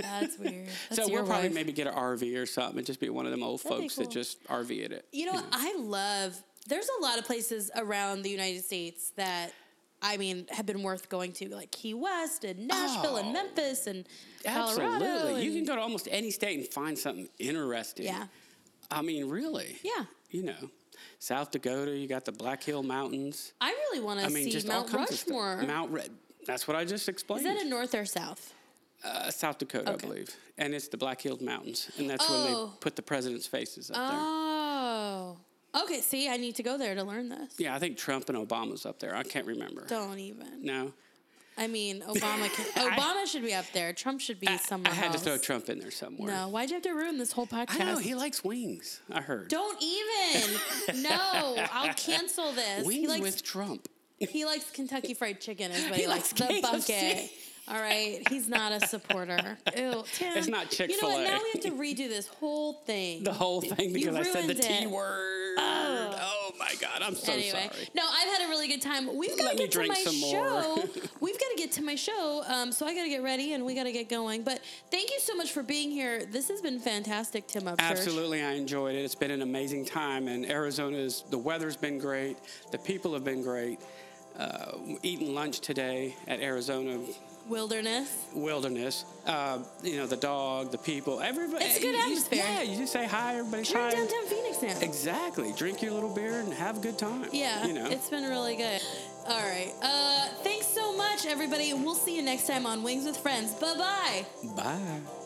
Speaker 2: that's weird. That's
Speaker 1: so
Speaker 2: your
Speaker 1: we'll probably
Speaker 2: wife.
Speaker 1: maybe get an RV or something and just be one of them old
Speaker 2: That'd be
Speaker 1: folks
Speaker 2: cool.
Speaker 1: that just RV at it.
Speaker 2: You know, what? I love. There's a lot of places around the United States that, I mean, have been worth going to, like Key West and Nashville and
Speaker 1: Oh.
Speaker 2: Memphis and Colorado.
Speaker 1: Absolutely. you can
Speaker 2: and-
Speaker 1: go to almost any state and find something interesting.
Speaker 2: Yeah.
Speaker 1: I mean, really.
Speaker 2: Yeah,
Speaker 1: you know, South Dakota, you got the Black Hill Mountains.
Speaker 2: I really want to
Speaker 1: I mean,
Speaker 2: see
Speaker 1: just
Speaker 2: Mount
Speaker 1: all kinds of
Speaker 2: Rushmore.
Speaker 1: stuff. Mount Red. That's what I just
Speaker 2: Is
Speaker 1: explained.
Speaker 2: that in North or South?
Speaker 1: uh, South Dakota,
Speaker 2: Okay.
Speaker 1: I believe. And it's the Black Hill Mountains. And that's when
Speaker 2: Oh.
Speaker 1: they put the president's faces up there.
Speaker 2: Oh, okay. See, I need to go there to learn this.
Speaker 1: Yeah, I think Trump and Obama's up there. I can't remember.
Speaker 2: Don't even.
Speaker 1: No.
Speaker 2: I mean, Obama. Can, Obama should be up there. Trump should be somewhere
Speaker 1: I had
Speaker 2: else.
Speaker 1: to throw Trump in there somewhere.
Speaker 2: No, why'd you have to ruin this whole
Speaker 1: I
Speaker 2: podcast?
Speaker 1: know. He likes wings, I heard.
Speaker 2: Don't even. no, I'll cancel this.
Speaker 1: wings
Speaker 2: He likes
Speaker 1: with Trump.
Speaker 2: he likes Kentucky Fried Chicken is what he,
Speaker 1: He
Speaker 2: likes.
Speaker 1: likes KFC.
Speaker 2: The bucket. All right, he's not a supporter. Ew, Tim.
Speaker 1: It's not
Speaker 2: You know what?
Speaker 1: Chick-fil-A.
Speaker 2: Now we have to redo this whole thing.
Speaker 1: The whole thing because I said the
Speaker 2: ruined it.
Speaker 1: T word. Oh. my God. I'm so
Speaker 2: anyway,
Speaker 1: sorry.
Speaker 2: no, I've had a really good time. We've got to
Speaker 1: Let me
Speaker 2: get to
Speaker 1: drink
Speaker 2: my
Speaker 1: some more.
Speaker 2: show. We've got to get to my show. Um, so I got to get ready and we got to get going. But thank you so much for being here. This has been fantastic, Tim Upchurch.
Speaker 1: Absolutely, I enjoyed it. It's been an amazing time, and Arizona's the weather's been great. The people have been great. Uh, eating lunch today at Arizona
Speaker 2: Wilderness.
Speaker 1: Wilderness. Uh, you know, the dog, the people, everybody.
Speaker 2: It's a good
Speaker 1: you- you-
Speaker 2: atmosphere.
Speaker 1: yeah, you just say hi, everybody's
Speaker 2: You're in
Speaker 1: hi.
Speaker 2: downtown Phoenix now.
Speaker 1: Exactly. Drink your little beer and have a good time.
Speaker 2: Yeah,
Speaker 1: You know.
Speaker 2: it's been really good. All right. Uh, thanks so much, everybody. We'll see you next time on Wings with Friends. Bye bye.
Speaker 1: Bye.